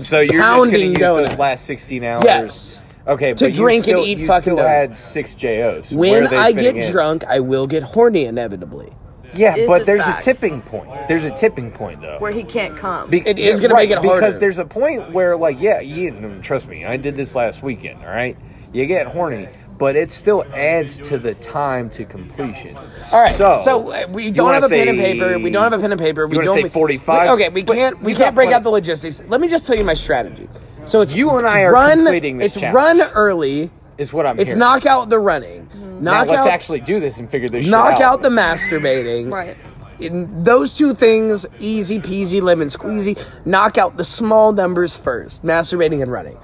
Speaker 1: So you're just gonna
Speaker 2: pounding
Speaker 1: use
Speaker 2: donuts.
Speaker 1: those last 16 hours.
Speaker 2: Yes.
Speaker 1: Okay,
Speaker 2: To
Speaker 1: but
Speaker 2: drink
Speaker 1: you
Speaker 2: and
Speaker 1: still,
Speaker 2: eat
Speaker 1: you
Speaker 2: fucking
Speaker 1: still
Speaker 2: donuts.
Speaker 1: had six JOs. Where are
Speaker 2: When
Speaker 1: they
Speaker 2: I
Speaker 1: fitting
Speaker 2: get
Speaker 1: in?
Speaker 2: drunk, I will get horny inevitably.
Speaker 1: yeah,
Speaker 3: This
Speaker 1: but
Speaker 3: is
Speaker 1: there's
Speaker 3: facts.
Speaker 1: a tipping point. There's a tipping point though.
Speaker 3: Where he can't come.
Speaker 1: Be-
Speaker 2: It is gonna
Speaker 1: right,
Speaker 2: make it harder.
Speaker 1: because there's a point where, like, yeah, you and trust me, I did this last weekend. All right, you get horny, but it still adds to the time to completion.
Speaker 2: All right.
Speaker 1: so,
Speaker 2: So, uh, we
Speaker 1: you
Speaker 2: don't
Speaker 1: wanna
Speaker 2: have a pen and
Speaker 1: say-
Speaker 2: paper. We don't have a pen and paper. We
Speaker 1: you wanna
Speaker 2: don't
Speaker 1: say
Speaker 2: we-
Speaker 1: 45?
Speaker 2: Okay, we
Speaker 1: But
Speaker 2: can't. We
Speaker 1: you
Speaker 2: can't
Speaker 1: got
Speaker 2: break out
Speaker 1: plenty-
Speaker 2: the logistics. Let me just tell you my strategy. So it's
Speaker 1: You and I are
Speaker 2: run,
Speaker 1: completing this
Speaker 2: It's
Speaker 1: challenge.
Speaker 2: run early.
Speaker 1: Is what I'm.
Speaker 2: It's
Speaker 1: hearing.
Speaker 2: knock out the running.
Speaker 1: Mm-hmm. Now
Speaker 2: Knock
Speaker 1: let's
Speaker 2: out.
Speaker 1: actually do this and figure this.
Speaker 2: knock
Speaker 1: shit
Speaker 2: out
Speaker 1: out
Speaker 2: the masturbating.
Speaker 3: Right.
Speaker 2: In those two things, easy peasy, lemon squeezy. Knock out the small numbers first. Masturbating and running.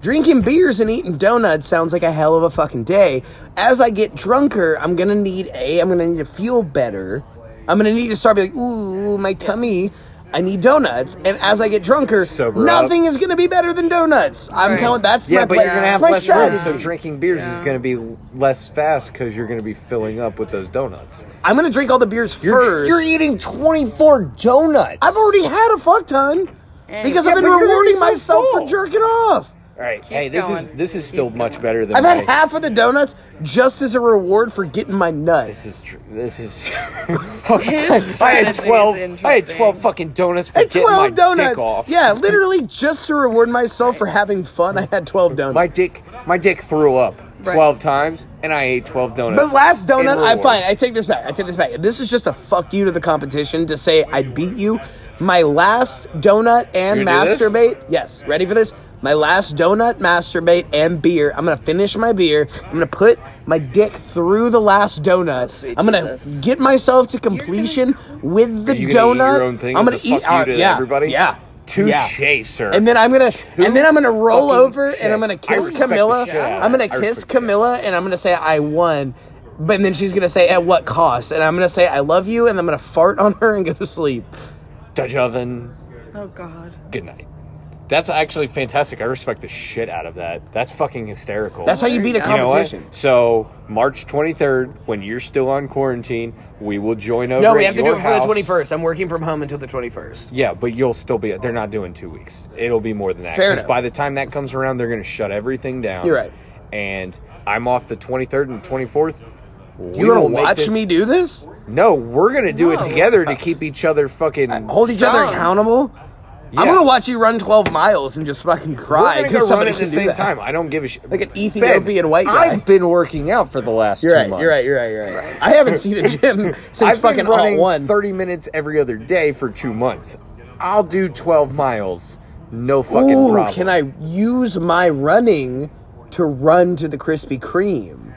Speaker 2: Drinking beers and eating donuts sounds like a hell of a fucking day. As I get drunker, I'm gonna need a. I'm gonna need to feel better. I'm gonna need to start being like, ooh, my tummy. I need donuts, and as I get drunker,
Speaker 1: Sober up.
Speaker 2: nothing is gonna be better than donuts. I'm
Speaker 3: Right.
Speaker 2: telling. That's
Speaker 1: Yeah,
Speaker 2: my
Speaker 1: but
Speaker 2: play-
Speaker 1: you're gonna have
Speaker 2: my
Speaker 1: less room,
Speaker 2: strategy.
Speaker 1: so drinking beers is gonna be less fast because you're gonna be filling up with those donuts.
Speaker 2: I'm gonna drink all the beers
Speaker 1: You're,
Speaker 2: 1st
Speaker 1: you're eating 24 donuts.
Speaker 2: I've already had a fuck ton because I've
Speaker 1: Yeah,
Speaker 2: been
Speaker 1: but you're gonna
Speaker 2: rewarding
Speaker 1: be so
Speaker 2: myself for
Speaker 1: full.
Speaker 2: jerking off.
Speaker 1: All right. Hey, this is
Speaker 3: going.
Speaker 1: this is still much better than
Speaker 2: I've
Speaker 1: my-
Speaker 2: had half of the donuts just as a reward for getting my nuts.
Speaker 1: This is true. This is. [laughs] I had
Speaker 3: strategy is
Speaker 1: twelve. I had
Speaker 3: interesting.
Speaker 1: twelve fucking donuts for
Speaker 2: At
Speaker 1: getting my
Speaker 2: 12
Speaker 1: dick
Speaker 2: donuts.
Speaker 1: off.
Speaker 2: Yeah, literally just to reward myself for having fun, I had 12 donuts.
Speaker 1: My dick. My dick threw up twelve times, and I ate twelve donuts.
Speaker 2: the last
Speaker 1: in
Speaker 2: donut, I
Speaker 1: reward.
Speaker 2: fine. I take this back. I take this back. This is just a fuck you to the competition to say I beat you. My last donut and
Speaker 1: You gonna do this?
Speaker 2: masturbate. Yes, ready for this? My last donut, masturbate, and beer. I'm gonna finish my beer. I'm gonna put my dick through the last donut.
Speaker 3: Sweet
Speaker 2: I'm gonna
Speaker 3: Jesus.
Speaker 2: get myself to completion with the
Speaker 1: You
Speaker 2: donut.
Speaker 1: gonna eat your own thing as
Speaker 2: I'm gonna
Speaker 1: a fuck you
Speaker 2: uh,
Speaker 1: to
Speaker 2: yeah,
Speaker 1: everybody?
Speaker 2: Yeah.
Speaker 1: Touche,
Speaker 2: yeah.
Speaker 1: sir.
Speaker 2: And then I'm gonna and then I'm gonna roll
Speaker 1: fucking
Speaker 2: over
Speaker 1: shit.
Speaker 2: and I'm gonna
Speaker 1: I
Speaker 2: kiss
Speaker 1: respect the
Speaker 2: Camilla.
Speaker 1: shit out of
Speaker 2: I'm gonna
Speaker 1: that. I
Speaker 2: kiss
Speaker 1: respect the shit
Speaker 2: Camilla and I'm gonna say I won. But and then she's gonna say at what cost? And I'm gonna say I love you and I'm gonna fart on her and go to sleep.
Speaker 1: Dutch oven.
Speaker 3: Oh God.
Speaker 1: Good night. That's actually fantastic. I respect the shit out of that. That's fucking hysterical.
Speaker 2: That's how you beat a
Speaker 3: You know what?
Speaker 2: competition.
Speaker 1: So March 23rd, when you're still on quarantine, we will join over.
Speaker 2: No, we
Speaker 1: at
Speaker 2: have to do
Speaker 1: your
Speaker 2: it for the
Speaker 1: house.
Speaker 2: twenty first. I'm working from home until the twenty first.
Speaker 1: Yeah, but you'll still be. They're not doing two weeks. It'll be more than that.
Speaker 2: Fair
Speaker 1: 'Cause
Speaker 2: enough.
Speaker 1: By the time that comes around, they're going to shut everything down.
Speaker 2: You're right.
Speaker 1: And I'm off the 23rd and 24th.
Speaker 2: You gonna watch me do this?
Speaker 1: No, we're going to do it
Speaker 3: No.
Speaker 1: together to keep each other fucking
Speaker 2: Uh, Hold each other
Speaker 1: strong.
Speaker 2: accountable. I'm
Speaker 1: Yeah.
Speaker 2: gonna watch you run twelve miles and just fucking
Speaker 1: We're
Speaker 2: cry
Speaker 1: gonna go
Speaker 2: because
Speaker 1: run
Speaker 2: somebody
Speaker 1: at the
Speaker 2: can do
Speaker 1: same
Speaker 2: that.
Speaker 1: time. I don't give a shit.
Speaker 2: Like an Ethiopian white guy.
Speaker 1: I've been working out for the last
Speaker 2: You're
Speaker 1: two
Speaker 2: right,
Speaker 1: months.
Speaker 2: you're right. You're right. You're right. I haven't seen a gym [laughs] since
Speaker 1: I've
Speaker 2: fucking
Speaker 1: been running
Speaker 2: all one.
Speaker 1: 30 minutes every other day for two months. I'll do 12 miles. No fucking
Speaker 2: Ooh,
Speaker 1: problem.
Speaker 2: can I use my running to run to the Krispy Kreme?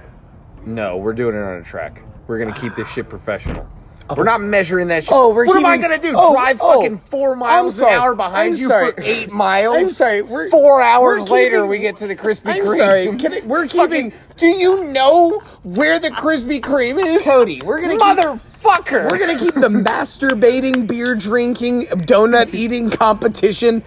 Speaker 1: No, we're doing it on a track. We're gonna keep this shit professional. We're not measuring that shit.
Speaker 2: Oh, we're
Speaker 1: what am I
Speaker 2: keeping-
Speaker 1: gonna do?
Speaker 2: oh,
Speaker 1: Drive
Speaker 2: oh,
Speaker 1: fucking four
Speaker 2: I'm
Speaker 1: miles an
Speaker 2: sorry.
Speaker 1: hour behind
Speaker 2: I'm
Speaker 1: you
Speaker 2: sorry.
Speaker 1: for eight miles?
Speaker 2: I'm sorry, we're-
Speaker 1: four hours
Speaker 2: we're
Speaker 1: later,
Speaker 2: keeping-
Speaker 1: we get to the Krispy
Speaker 2: I'm
Speaker 1: Kreme.
Speaker 2: sorry,
Speaker 1: [laughs]
Speaker 2: can it- we're
Speaker 1: Fucking-
Speaker 2: keeping-
Speaker 1: Do you know where the Krispy Kreme is,
Speaker 2: Cody, we're gonna keep-
Speaker 1: motherfucker.
Speaker 2: We're gonna keep the masturbating, beer drinking, donut eating competition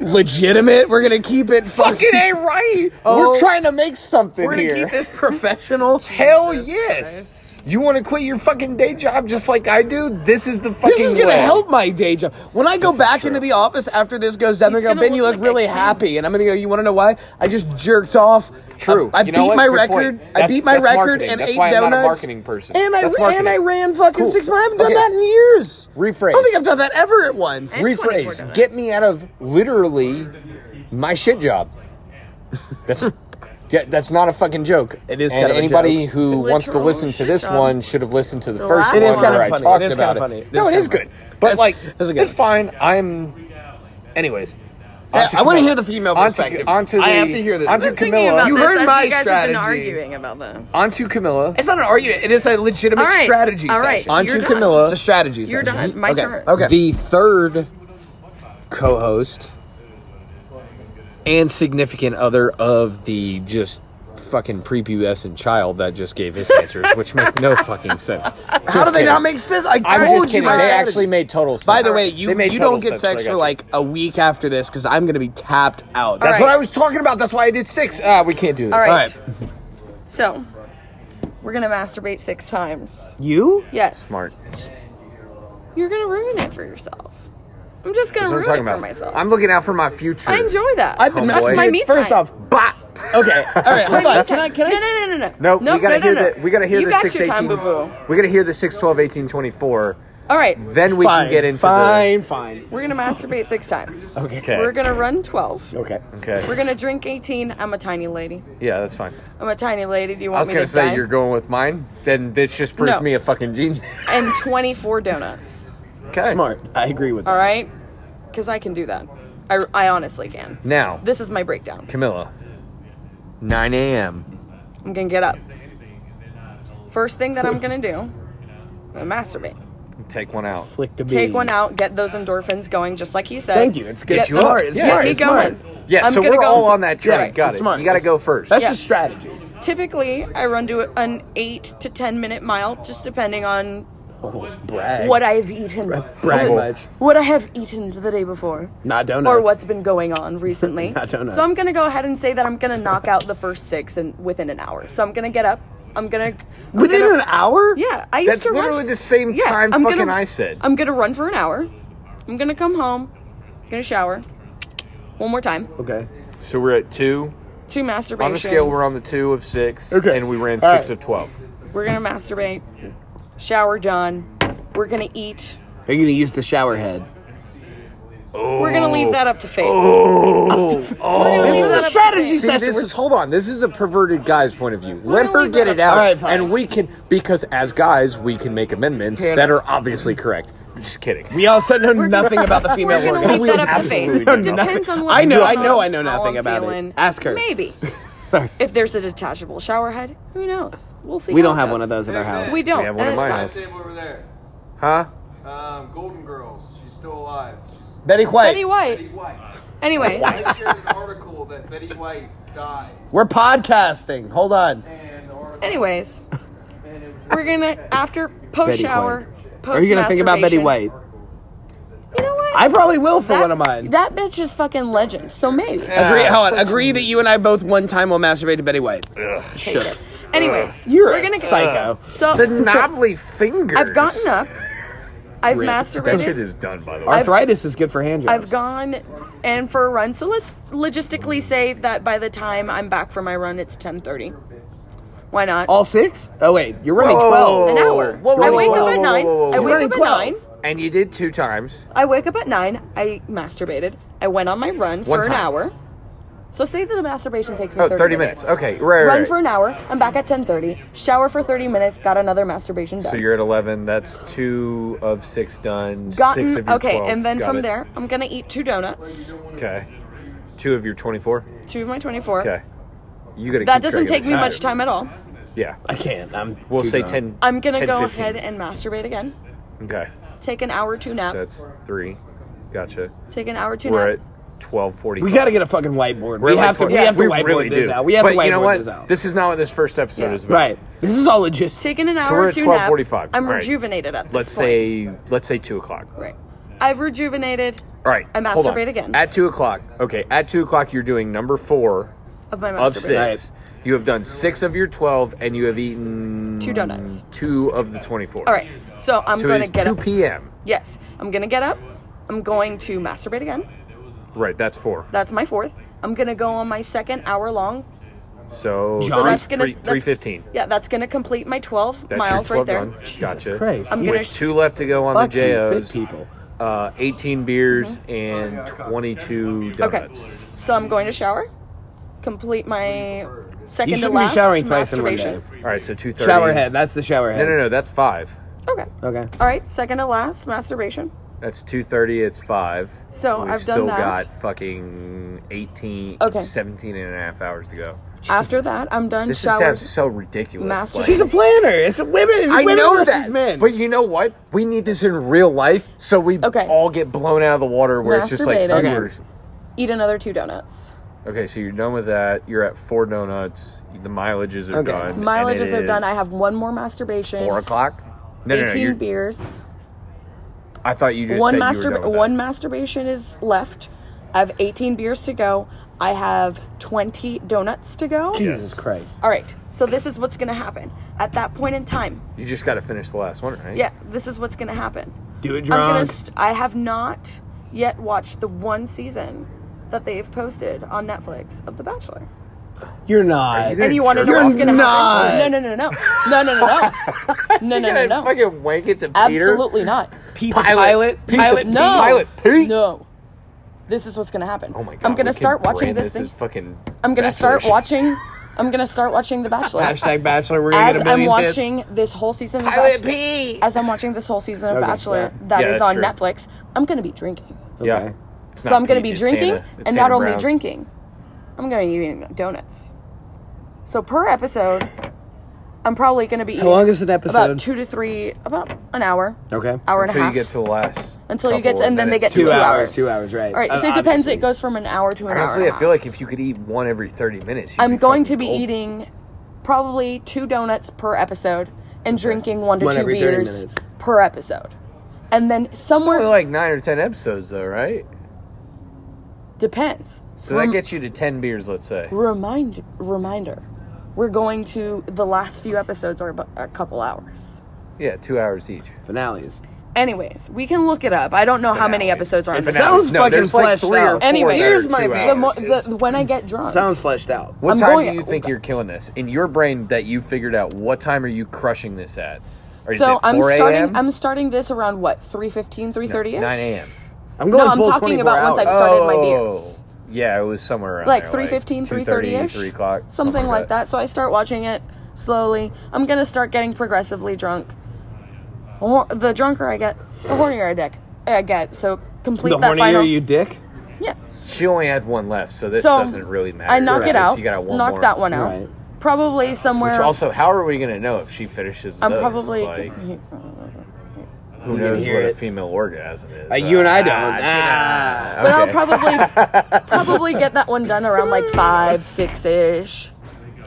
Speaker 2: legitimate. We're gonna keep it
Speaker 1: fucking a right.
Speaker 2: Oh.
Speaker 1: we're trying to make something
Speaker 2: We're gonna
Speaker 1: here.
Speaker 2: keep this professional.
Speaker 1: Hell
Speaker 3: Jesus
Speaker 1: yes.
Speaker 3: Christ.
Speaker 1: You want to quit your fucking day job just like I do? This is the fucking.
Speaker 2: This is gonna
Speaker 1: way.
Speaker 2: help my day job. When I go
Speaker 1: is
Speaker 2: back
Speaker 1: true.
Speaker 2: into the office after this goes down, they're
Speaker 3: He's
Speaker 2: gonna go,
Speaker 3: gonna
Speaker 2: Ben, you
Speaker 3: look
Speaker 2: look
Speaker 3: like a
Speaker 2: really
Speaker 3: king."
Speaker 2: happy, and I'm gonna go. You want to know why? I just jerked off.
Speaker 1: True.
Speaker 2: I, I
Speaker 1: You know
Speaker 2: beat
Speaker 1: what?
Speaker 2: my
Speaker 1: Good
Speaker 2: record.
Speaker 1: point.
Speaker 2: I
Speaker 1: That's-
Speaker 2: beat my
Speaker 1: that's
Speaker 2: record
Speaker 1: marketing.
Speaker 2: and
Speaker 1: That's
Speaker 2: ate
Speaker 1: why I'm not a
Speaker 2: donuts.
Speaker 1: marketing person.
Speaker 2: And I
Speaker 1: That's
Speaker 2: ra- and I
Speaker 1: marketing.
Speaker 2: ran fucking
Speaker 1: Cool.
Speaker 2: six miles. I haven't done
Speaker 1: Okay.
Speaker 2: that in years. I
Speaker 1: Rephrase.
Speaker 2: don't think I've done that ever at once.
Speaker 3: And- 24
Speaker 1: rephrase
Speaker 3: donuts.
Speaker 1: get me out of literally my shit job that's yeah, that's not a fucking joke
Speaker 2: It is
Speaker 1: and
Speaker 2: kind of a
Speaker 1: anybody who wants to
Speaker 3: Literal
Speaker 1: listen to
Speaker 3: shit
Speaker 1: this
Speaker 3: job.
Speaker 1: one should have listened to the,
Speaker 3: The
Speaker 1: first
Speaker 3: last
Speaker 1: one
Speaker 3: It is
Speaker 1: where
Speaker 3: kind of
Speaker 1: I
Speaker 2: funny.
Speaker 1: talked
Speaker 2: It is kind
Speaker 1: about
Speaker 2: of funny. It
Speaker 1: no
Speaker 2: is
Speaker 1: it
Speaker 2: kind
Speaker 1: is
Speaker 2: of funny.
Speaker 1: good but
Speaker 2: That's-
Speaker 1: like
Speaker 2: that's a good
Speaker 1: it's fine i'm anyways
Speaker 2: Yeah,
Speaker 1: onto
Speaker 2: I wanna
Speaker 1: Camilla.
Speaker 2: hear the female
Speaker 1: Onto-
Speaker 2: perspective.
Speaker 1: onto the,
Speaker 2: I have to hear this.
Speaker 1: onto
Speaker 2: I've
Speaker 3: Been thinking
Speaker 1: camilla
Speaker 3: about
Speaker 2: You
Speaker 3: this
Speaker 2: heard
Speaker 3: as
Speaker 2: my
Speaker 3: you guys
Speaker 2: strategy.
Speaker 3: Have been arguing about this.
Speaker 1: onto camilla
Speaker 2: It's not an argument. It is a legitimate
Speaker 3: All right.
Speaker 2: strategy
Speaker 3: All right.
Speaker 2: session.
Speaker 1: onto
Speaker 3: You're done.
Speaker 1: camilla
Speaker 2: It's a strategy
Speaker 3: You're
Speaker 2: session.
Speaker 3: done. My
Speaker 2: okay.
Speaker 3: turn.
Speaker 2: Okay.
Speaker 1: the third co-host and significant other of the just fucking prepubescent child that just gave his
Speaker 2: [laughs]
Speaker 1: answers, which make no fucking sense.
Speaker 2: How do they not make sense? I
Speaker 1: I'm
Speaker 2: told
Speaker 1: just
Speaker 2: you
Speaker 1: kidding.
Speaker 2: my
Speaker 1: They
Speaker 2: strategy.
Speaker 1: actually made total sense.
Speaker 2: By the way, you
Speaker 1: They made
Speaker 2: you
Speaker 1: total
Speaker 2: don't get
Speaker 1: sense.
Speaker 2: sex
Speaker 1: I got
Speaker 2: for
Speaker 1: you.
Speaker 2: like a week after this because I'm gonna be tapped out.
Speaker 1: That's
Speaker 3: All
Speaker 1: what
Speaker 3: right.
Speaker 1: I was talking about. That's why I did six. Ah, we can't do this.
Speaker 3: All right.
Speaker 2: Alright.
Speaker 3: So we're gonna masturbate six times.
Speaker 2: You?
Speaker 3: Yes.
Speaker 1: Smart.
Speaker 3: You're gonna ruin it for yourself. I'm just
Speaker 1: That's what
Speaker 3: gonna
Speaker 1: I'm
Speaker 3: ruin
Speaker 1: talking
Speaker 3: it for
Speaker 1: about.
Speaker 3: myself.
Speaker 1: I'm looking out for my future.
Speaker 3: I enjoy that.
Speaker 2: I've been
Speaker 1: Homeboy. That's
Speaker 2: masturbating.
Speaker 1: my
Speaker 3: me
Speaker 2: First
Speaker 3: time.
Speaker 2: off, bop.
Speaker 1: [laughs]
Speaker 2: Okay, all right, hold on. Can I? Can I?
Speaker 3: No, no, no, no,
Speaker 1: No,
Speaker 3: no.
Speaker 1: we gotta
Speaker 3: no,
Speaker 1: hear
Speaker 3: no,
Speaker 1: the we gotta hear
Speaker 3: you
Speaker 1: the
Speaker 3: got
Speaker 1: six
Speaker 3: your time,
Speaker 1: eighteen.
Speaker 3: boo-boo.
Speaker 1: We gotta hear the six twelve eighteen twenty four.
Speaker 3: All right,
Speaker 1: Then we
Speaker 2: fine,
Speaker 1: can get into
Speaker 2: fine, fine.
Speaker 3: we're gonna masturbate six times.
Speaker 2: Okay.
Speaker 3: We're gonna run twelve.
Speaker 2: Okay.
Speaker 1: the okay.
Speaker 3: We're gonna drink eighteen. I'm a tiny lady.
Speaker 1: Yeah, that's fine.
Speaker 3: I'm a tiny lady. Do you
Speaker 1: I was
Speaker 3: want me to
Speaker 1: gonna say
Speaker 3: die?
Speaker 1: you're going with mine. Then this just proves
Speaker 3: No.
Speaker 1: me a fucking genius. [laughs]
Speaker 3: And 24 donuts.
Speaker 1: Okay.
Speaker 2: Smart. I agree with
Speaker 3: All
Speaker 2: that.
Speaker 3: right, because I can do that. I, I honestly can.
Speaker 1: Now,
Speaker 3: This is my breakdown.
Speaker 1: Camilla, 9 a.m.
Speaker 3: I'm gonna get up. First thing that I'm gonna do, I'm gonna
Speaker 2: [laughs]
Speaker 3: masturbate.
Speaker 1: Take one out.
Speaker 2: Flick the
Speaker 3: Take
Speaker 2: bean.
Speaker 3: one out, get those endorphins going, just like you said.
Speaker 2: Thank you. It's good.
Speaker 3: Get
Speaker 2: It's smart.
Speaker 3: some-
Speaker 2: It's
Speaker 3: get
Speaker 2: smart.
Speaker 3: me
Speaker 2: It's
Speaker 3: going.
Speaker 2: smart.
Speaker 1: Yeah,
Speaker 3: I'm
Speaker 1: so
Speaker 3: gonna
Speaker 1: we're
Speaker 3: go-
Speaker 1: all on that track.
Speaker 2: Yeah,
Speaker 1: Got
Speaker 2: it's
Speaker 1: it.
Speaker 2: smart.
Speaker 1: You got to
Speaker 2: It's-
Speaker 1: go first.
Speaker 2: That's
Speaker 3: Yeah.
Speaker 2: a strategy.
Speaker 3: Typically, I run to an eight to ten minute mile, just depending on
Speaker 2: Oh, brag.
Speaker 3: what I've eaten,
Speaker 2: Brag
Speaker 1: Cool.
Speaker 2: much.
Speaker 3: what I have eaten the day before,
Speaker 2: Not donuts.
Speaker 3: or what's been
Speaker 1: [laughs]
Speaker 3: going on recently.
Speaker 2: Not donuts.
Speaker 3: So I'm gonna go ahead and say that I'm gonna knock out the first six in within an hour. So I'm gonna get up. I'm gonna I'm
Speaker 2: within
Speaker 3: gonna-
Speaker 2: an hour?
Speaker 3: Yeah, I used
Speaker 1: That's
Speaker 3: to run-
Speaker 1: literally the same time
Speaker 3: I'm
Speaker 1: fucking
Speaker 3: gonna,
Speaker 1: I said.
Speaker 3: I'm gonna run for an hour. I'm gonna come home. I'm gonna shower. One more time.
Speaker 2: Okay.
Speaker 1: So we're at two.
Speaker 3: Two masturbations.
Speaker 1: On the scale, we're on the two of six.
Speaker 2: Okay.
Speaker 1: And we ran
Speaker 2: All
Speaker 1: six of
Speaker 2: right.
Speaker 1: 12.
Speaker 3: We're gonna masturbate. Shower done. We're gonna eat.
Speaker 2: Are you gonna use the shower head?
Speaker 3: We're gonna leave that up to fate. Oh!
Speaker 1: Oh.
Speaker 2: This is
Speaker 3: Set
Speaker 2: a
Speaker 3: up
Speaker 2: strategy
Speaker 3: space.
Speaker 1: See,
Speaker 2: session.
Speaker 1: this is, hold on. This is a perverted guy's point of view. Let
Speaker 3: gonna
Speaker 1: her
Speaker 3: leave
Speaker 1: get
Speaker 3: that
Speaker 1: it
Speaker 3: up.
Speaker 1: out.
Speaker 2: All right, fine.
Speaker 1: and we can, because as guys, we can make amendments
Speaker 2: Fair
Speaker 1: that
Speaker 2: enough.
Speaker 1: are obviously correct. Just kidding.
Speaker 2: We also know nothing about the female
Speaker 3: [laughs] We're gonna
Speaker 2: orgasm.
Speaker 3: leave that up to Faith.
Speaker 1: absolutely
Speaker 3: It
Speaker 1: do not.
Speaker 3: depends on what
Speaker 2: I know- I
Speaker 3: going
Speaker 2: know
Speaker 3: on,
Speaker 2: I know
Speaker 3: how
Speaker 2: nothing
Speaker 3: I'm
Speaker 2: about it.
Speaker 3: feeling.
Speaker 2: Ask her. [laughs]
Speaker 3: Maybe. if there's a detachable shower head, who knows? We'll see.
Speaker 2: We
Speaker 3: how
Speaker 2: don't
Speaker 3: it
Speaker 2: have one
Speaker 3: goes.
Speaker 2: of those at our house.
Speaker 3: We don't.
Speaker 1: We have one in
Speaker 3: and it
Speaker 1: my
Speaker 3: sucks.
Speaker 1: house.
Speaker 5: Same over there.
Speaker 1: Huh?
Speaker 5: Um, Golden Girls. She's still alive. She's
Speaker 6: Betty White.
Speaker 3: Betty White.
Speaker 5: Betty White.
Speaker 3: Anyway,
Speaker 5: I shared an article that Betty White dies,
Speaker 6: We're podcasting. Hold on.
Speaker 5: and the article
Speaker 3: [laughs] anyways, we're gonna after post shower, post.
Speaker 2: Are you gonna think about Betty White?
Speaker 3: You know what?
Speaker 2: I probably will for
Speaker 3: that,
Speaker 2: one of mine. Eh,
Speaker 3: That bitch is fucking legend. So maybe.
Speaker 2: agree, hold on. Agree that you and I both one time will masturbate to Betty White.
Speaker 3: Take it. Anyways,
Speaker 2: You're
Speaker 3: we're
Speaker 2: a
Speaker 3: gonna go.
Speaker 2: psycho.
Speaker 3: So
Speaker 6: The knobbly fingers.
Speaker 3: [laughs] I've gotten up. I've
Speaker 1: That shit
Speaker 3: masturbated.
Speaker 1: is done, by the way.
Speaker 2: Arthritis is good for hand jobs.
Speaker 3: I've gone and for a run. So let's logistically say that by the time I'm back from my run, it's 10:30. Why not?
Speaker 2: All six? Oh wait, you're running
Speaker 1: Whoa.
Speaker 2: twelve.
Speaker 3: an hour.
Speaker 1: Whoa, whoa,
Speaker 3: I
Speaker 1: whoa,
Speaker 3: wake
Speaker 1: whoa,
Speaker 3: up at
Speaker 1: whoa,
Speaker 3: nine.
Speaker 1: whoa, whoa, whoa.
Speaker 3: I
Speaker 1: You're
Speaker 3: wake
Speaker 2: running
Speaker 3: up at
Speaker 2: 12.
Speaker 3: nine.
Speaker 1: and you did two times.
Speaker 3: I wake up at nine. I masturbated. I went on my run for
Speaker 1: One
Speaker 3: an
Speaker 1: time.
Speaker 3: hour. So say that the masturbation takes me
Speaker 1: Oh,
Speaker 3: 30,
Speaker 1: 30 minutes. Okay, right, right,
Speaker 3: Run
Speaker 1: right.
Speaker 3: for an hour. I'm back at 10:30. Shower for 30 minutes. Got another masturbation done.
Speaker 1: So you're at 11. That's two of six done.
Speaker 3: gotten
Speaker 1: six of your
Speaker 3: okay,
Speaker 1: 12.
Speaker 3: and then
Speaker 1: Got
Speaker 3: from
Speaker 1: it.
Speaker 3: there, I'm gonna eat two donuts,
Speaker 1: Okay. Two of your 24.
Speaker 3: two of my 24.
Speaker 1: Okay. You gotta
Speaker 3: That
Speaker 1: keep
Speaker 3: doesn't
Speaker 1: track
Speaker 3: take
Speaker 1: of
Speaker 3: me
Speaker 1: time.
Speaker 3: much time at all.
Speaker 1: Yeah.
Speaker 2: I can't. I'm.
Speaker 1: We'll
Speaker 2: too
Speaker 1: say
Speaker 2: drunk.
Speaker 1: 10.
Speaker 3: I'm gonna
Speaker 1: 10,
Speaker 3: go
Speaker 1: 15.
Speaker 3: ahead and masturbate again.
Speaker 1: Okay.
Speaker 3: Take an hour two nap.
Speaker 1: That's three. Gotcha.
Speaker 3: Take an hour two
Speaker 1: We're
Speaker 3: nap.
Speaker 1: at 1240.
Speaker 2: We gotta get a fucking whiteboard. We
Speaker 1: Really
Speaker 2: have to. We
Speaker 1: twi-
Speaker 2: have to
Speaker 1: we
Speaker 2: whiteboard
Speaker 1: really
Speaker 2: this
Speaker 1: do.
Speaker 2: out. We have
Speaker 1: but
Speaker 2: to
Speaker 1: you know
Speaker 2: whiteboard
Speaker 1: what?
Speaker 2: this out.
Speaker 1: This is not what this first episode
Speaker 3: Yeah.
Speaker 1: is about.
Speaker 2: right. This is all logistics.
Speaker 3: Taking an
Speaker 1: So
Speaker 3: hour
Speaker 1: we're
Speaker 3: or
Speaker 1: at
Speaker 3: two nap.
Speaker 1: 12:45.
Speaker 3: I'm
Speaker 1: All right.
Speaker 3: rejuvenated at this
Speaker 1: Let's
Speaker 3: point.
Speaker 1: say let's say two o'clock.
Speaker 3: Right. I've rejuvenated
Speaker 1: All right.
Speaker 3: I
Speaker 1: hold on.
Speaker 3: masturbate again.
Speaker 1: At two o'clock. Okay. At two o'clock, you're doing number four
Speaker 3: of my
Speaker 1: of
Speaker 3: masturbation.
Speaker 1: six. You have done six of your twelve, and you have eaten
Speaker 3: Two donuts.
Speaker 1: Two of the twenty-four.
Speaker 3: All right. So I'm
Speaker 1: So
Speaker 3: gonna
Speaker 1: it's
Speaker 3: get
Speaker 1: two
Speaker 3: up.
Speaker 1: p.m.
Speaker 3: yes. I'm gonna get up. I'm going to masturbate again.
Speaker 1: Right. That's four.
Speaker 3: That's my fourth. I'm gonna go on my second hour long.
Speaker 1: So,
Speaker 2: So
Speaker 3: that's gonna
Speaker 1: three,
Speaker 3: that's-
Speaker 1: three fifteen.
Speaker 3: Yeah, that's gonna complete my 12
Speaker 1: That's
Speaker 3: miles
Speaker 1: your 12
Speaker 3: right there.
Speaker 1: Done. Gotcha.
Speaker 2: Christ. I'm
Speaker 1: With
Speaker 3: gonna-
Speaker 1: two left to go on
Speaker 2: Fuck
Speaker 1: the
Speaker 2: you,
Speaker 1: JOs.
Speaker 2: fit people.
Speaker 1: Uh, 18 beers and 22 donuts.
Speaker 3: Okay. So I'm going to shower. Complete my second
Speaker 2: You
Speaker 3: to
Speaker 2: shouldn't be
Speaker 3: last
Speaker 2: showering twice in one day.
Speaker 3: masturbation.
Speaker 1: All right, so 230.
Speaker 2: Shower head. That's the shower
Speaker 1: No, no,
Speaker 2: head.
Speaker 1: no, that's 5.
Speaker 3: Okay.
Speaker 1: Uh,
Speaker 2: Okay.
Speaker 3: All right. Second to last masturbation.
Speaker 1: That's 230, it's 5.
Speaker 3: So
Speaker 1: We've
Speaker 3: I've done
Speaker 1: still
Speaker 3: that.
Speaker 1: got fucking 18
Speaker 3: Okay.
Speaker 1: 17 and a half hours to go.
Speaker 3: After that, I'm done
Speaker 1: This just
Speaker 3: shower.
Speaker 1: sounds so ridiculous.
Speaker 3: Master-
Speaker 1: like-
Speaker 2: She's a planner. It's a women. It's
Speaker 6: I
Speaker 2: women
Speaker 6: know
Speaker 2: versus
Speaker 6: that.
Speaker 2: men.
Speaker 6: But you know what? We need this in real life so we
Speaker 3: Okay.
Speaker 6: all get blown out of the water where it's just like
Speaker 3: Masturbated. Okay.
Speaker 6: viewers.
Speaker 3: Eat another two donuts.
Speaker 1: Okay, so you're done with that. You're at 4 donuts. The mileages are
Speaker 2: Okay.
Speaker 1: done. and
Speaker 3: Mileages
Speaker 1: it
Speaker 3: are done.
Speaker 1: is
Speaker 3: I have one more masturbation.
Speaker 1: 4 o'clock? No, no, no,
Speaker 3: 18
Speaker 1: you're-
Speaker 3: beers.
Speaker 1: I thought you just
Speaker 3: One
Speaker 1: said you were done
Speaker 3: masturb
Speaker 1: with that.
Speaker 3: one masturbation is left. I have 18 beers to go. I have 20 donuts to go.
Speaker 2: Jesus Christ.
Speaker 3: All right. So this is what's going to happen. At that point in time,
Speaker 1: You just got to finish the last one, right?
Speaker 3: yeah, this is what's going to happen.
Speaker 2: Do it
Speaker 3: I'm gonna
Speaker 2: drunk.
Speaker 3: st- I have not yet watched the one season that they've posted on Netflix of The Bachelor.
Speaker 2: You're not.
Speaker 1: You're
Speaker 3: And you want to know
Speaker 2: jerk.
Speaker 3: what's going to
Speaker 2: You're
Speaker 3: happen? No, no, no, no. No, no, no,
Speaker 1: [laughs]
Speaker 3: no. No, no, no,
Speaker 1: Gonna
Speaker 3: no.
Speaker 1: Fucking wank it to Peter.
Speaker 3: Absolutely not.
Speaker 2: Piece of pilot.
Speaker 6: Piece of
Speaker 2: Pilot.
Speaker 3: No.
Speaker 6: Pilot Pete.
Speaker 3: No. This is what's gonna happen.
Speaker 1: Oh my god.
Speaker 3: I'm
Speaker 1: we
Speaker 3: gonna
Speaker 1: can
Speaker 3: start watching
Speaker 1: brand
Speaker 3: this
Speaker 1: as
Speaker 3: thing.
Speaker 1: Fucking
Speaker 3: I'm gonna
Speaker 1: Bachelor
Speaker 3: start
Speaker 1: shit.
Speaker 3: watching. I'm gonna start watching The Bachelor.
Speaker 2: Hashtag Bachelor. We're gonna
Speaker 3: As
Speaker 2: get a
Speaker 3: I'm
Speaker 2: million hits.
Speaker 3: watching this whole season of
Speaker 2: Pilot
Speaker 3: Bachelor,
Speaker 2: Pete.
Speaker 3: as I'm watching this whole season of
Speaker 2: Okay,
Speaker 3: Bachelor
Speaker 2: yeah.
Speaker 3: that
Speaker 1: Yeah,
Speaker 3: is
Speaker 1: that's
Speaker 3: on
Speaker 1: true.
Speaker 3: Netflix, I'm gonna be drinking.
Speaker 1: Yeah.
Speaker 2: Okay.
Speaker 1: It's
Speaker 3: So
Speaker 1: not
Speaker 3: I'm gonna
Speaker 1: Pete,
Speaker 3: be
Speaker 1: it's
Speaker 3: drinking,
Speaker 1: Hannah. It's
Speaker 3: and not
Speaker 1: Hannah
Speaker 3: only
Speaker 1: Brown.
Speaker 3: drinking, I'm gonna be eating donuts. So per episode, I'm probably gonna be. eating
Speaker 2: long is an episode?
Speaker 3: About two to three, about an hour,
Speaker 2: Okay.
Speaker 3: hour and a
Speaker 1: Until you
Speaker 3: half.
Speaker 1: get to the last.
Speaker 3: Until you
Speaker 1: couple,
Speaker 3: get to- and then they
Speaker 1: it's
Speaker 3: get to
Speaker 2: Two
Speaker 3: two
Speaker 2: hours.
Speaker 3: hours.
Speaker 2: Two hours. Right. Uh,
Speaker 3: All right, so it depends. It goes from an hour to an hour.
Speaker 1: Honestly,
Speaker 3: and a
Speaker 1: I feel
Speaker 3: half.
Speaker 1: like if you could eat one every 30 minutes, you'd
Speaker 3: I'm
Speaker 1: be
Speaker 3: going to
Speaker 1: fucking
Speaker 3: be
Speaker 1: gold.
Speaker 3: eating probably two donuts per episode and drinking one to
Speaker 2: One
Speaker 3: two
Speaker 2: every 30
Speaker 3: beers
Speaker 2: minutes.
Speaker 3: per episode. And then somewhere
Speaker 1: Only like nine or 10 episodes, though, right?
Speaker 3: depends.
Speaker 1: So that gets you to 10 beers, let's say.
Speaker 3: Remind reminder. We're going to the last few episodes are about a couple hours.
Speaker 1: Yeah, two hours each.
Speaker 2: Finales.
Speaker 3: Anyways, we can look it up. I don't know how many
Speaker 1: Finale.
Speaker 3: episodes are on
Speaker 2: It
Speaker 3: there.
Speaker 1: Finale.
Speaker 2: sounds
Speaker 1: No,
Speaker 2: fucking
Speaker 1: there's like
Speaker 2: fleshed
Speaker 1: three or
Speaker 2: out.
Speaker 1: four
Speaker 3: Anyways,
Speaker 1: that are
Speaker 2: here's
Speaker 1: two
Speaker 2: my
Speaker 1: hours.
Speaker 3: The mo-
Speaker 2: hours.
Speaker 3: the, when I get drunk,
Speaker 2: Sounds fleshed out.
Speaker 1: What
Speaker 3: I'm
Speaker 1: time
Speaker 3: going-
Speaker 1: do you think you're killing this? In your brain that you figured out, what time are you crushing this at? Or is
Speaker 3: so
Speaker 1: it
Speaker 3: I'm
Speaker 1: 4
Speaker 3: starting.
Speaker 1: a.m.?
Speaker 3: I'm starting this around what 3:15, 3:30 ish.
Speaker 1: 9 a.m.
Speaker 2: I'm
Speaker 3: No,
Speaker 2: going
Speaker 3: I'm
Speaker 2: full
Speaker 3: talking
Speaker 2: 24
Speaker 3: about
Speaker 2: hours.
Speaker 3: once I've started my beers.
Speaker 1: Oh, Yeah, it was somewhere around
Speaker 3: like
Speaker 1: there,
Speaker 3: 3.15 3.30 ish
Speaker 1: 3 o'clock
Speaker 3: something like that so i start watching it slowly i'm gonna start getting progressively drunk The hor- the drunker I get, the hornier I dick. I get. So complete
Speaker 2: The
Speaker 3: that
Speaker 2: hornier
Speaker 3: final.
Speaker 2: you dick.
Speaker 3: yeah.
Speaker 1: She only had one left, so this
Speaker 3: so
Speaker 1: doesn't really matter.
Speaker 3: I knock
Speaker 1: because
Speaker 3: it out.
Speaker 1: You got one
Speaker 3: knock
Speaker 1: more.
Speaker 3: that one out.
Speaker 2: Right.
Speaker 3: Probably somewhere.
Speaker 1: Which also, how are we going to know if she finishes?
Speaker 3: I'm
Speaker 1: those?
Speaker 3: probably. [laughs]
Speaker 1: Like,
Speaker 6: We
Speaker 1: who
Speaker 6: can
Speaker 1: knows
Speaker 6: hear
Speaker 1: what a
Speaker 6: it.
Speaker 1: female orgasm is?
Speaker 6: Uh, you and I don't.
Speaker 1: Ah,
Speaker 6: Ah,
Speaker 3: But I'll probably
Speaker 1: [laughs]
Speaker 3: probably get that one done around like five, six ish.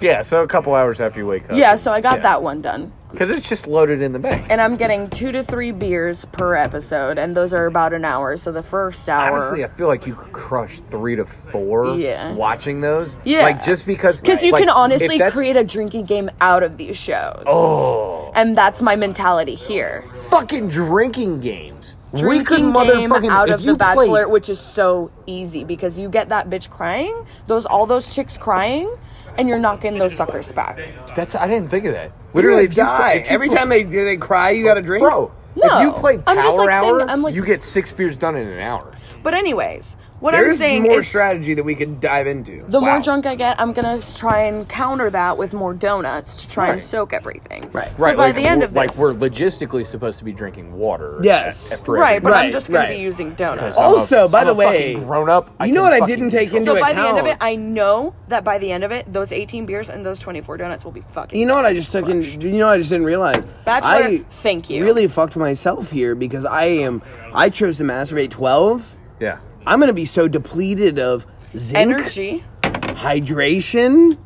Speaker 1: Yeah, so a couple hours after you wake up.
Speaker 3: Yeah, so I got that one done.
Speaker 1: Because it's just loaded in the bank.
Speaker 3: And I'm getting two to three beers per episode, and those are about an hour. So the first hour.
Speaker 1: Honestly, I feel like you could crush three to four
Speaker 3: Yeah.
Speaker 1: watching those.
Speaker 3: Yeah.
Speaker 1: Like just because.
Speaker 3: Because you
Speaker 1: like,
Speaker 3: can
Speaker 1: if
Speaker 3: honestly
Speaker 1: that's-
Speaker 3: create a drinking game out of these shows. Oh. And that's my mentality here.
Speaker 1: fucking drinking games. we could
Speaker 3: Drinking game
Speaker 1: motherfucking.
Speaker 3: out
Speaker 1: if
Speaker 3: of
Speaker 1: you
Speaker 3: The Bachelor,
Speaker 1: played-
Speaker 3: which is so easy because you get that bitch crying, those all those chicks crying, and you're knocking those suckers back.
Speaker 1: that's. I didn't think of that.
Speaker 2: Literally
Speaker 1: if you-
Speaker 2: die.
Speaker 1: if you
Speaker 2: Every
Speaker 1: put-
Speaker 2: time they they cry, you got a drink.
Speaker 1: Bro, if you
Speaker 3: No.
Speaker 1: play Power
Speaker 3: I'm just, like, saying-
Speaker 1: Hour,
Speaker 3: I'm like-
Speaker 1: you get six beers done in an hour.
Speaker 3: But anyways, what I'm
Speaker 2: there's
Speaker 3: saying
Speaker 2: more
Speaker 3: is
Speaker 2: strategy that we could dive into.
Speaker 3: the
Speaker 1: Wow.
Speaker 3: more drunk I get, I'm gonna s- try and counter that with more donuts to try and soak everything. Right. So by
Speaker 1: like,
Speaker 3: the end
Speaker 1: we're-
Speaker 3: of
Speaker 1: like
Speaker 3: this,
Speaker 1: we're logistically supposed to be drinking water.
Speaker 2: Yes.
Speaker 1: at- at- for
Speaker 3: right, but
Speaker 1: everybody.
Speaker 3: I'm just gonna
Speaker 2: right.
Speaker 3: be using donuts.
Speaker 1: I'm a-
Speaker 2: Also, by
Speaker 1: I'm
Speaker 2: the
Speaker 1: a fucking
Speaker 2: way,
Speaker 1: grown up.
Speaker 2: you know
Speaker 1: can
Speaker 2: what I
Speaker 1: fucking
Speaker 2: didn't take
Speaker 1: control-
Speaker 2: into
Speaker 3: So by the end of it,
Speaker 2: account-
Speaker 3: I know that by the end of it, those 18 beers and those 24 donuts will be fucking.
Speaker 2: You know what I just took in? You know what I just didn't realize.
Speaker 3: Bachelor,
Speaker 2: I
Speaker 3: thank you.
Speaker 2: Really fucked myself here because I am. I chose to masturbate twelve.
Speaker 1: Yeah.
Speaker 2: I'm gonna be so depleted of zinc,
Speaker 3: energy.
Speaker 2: hydration.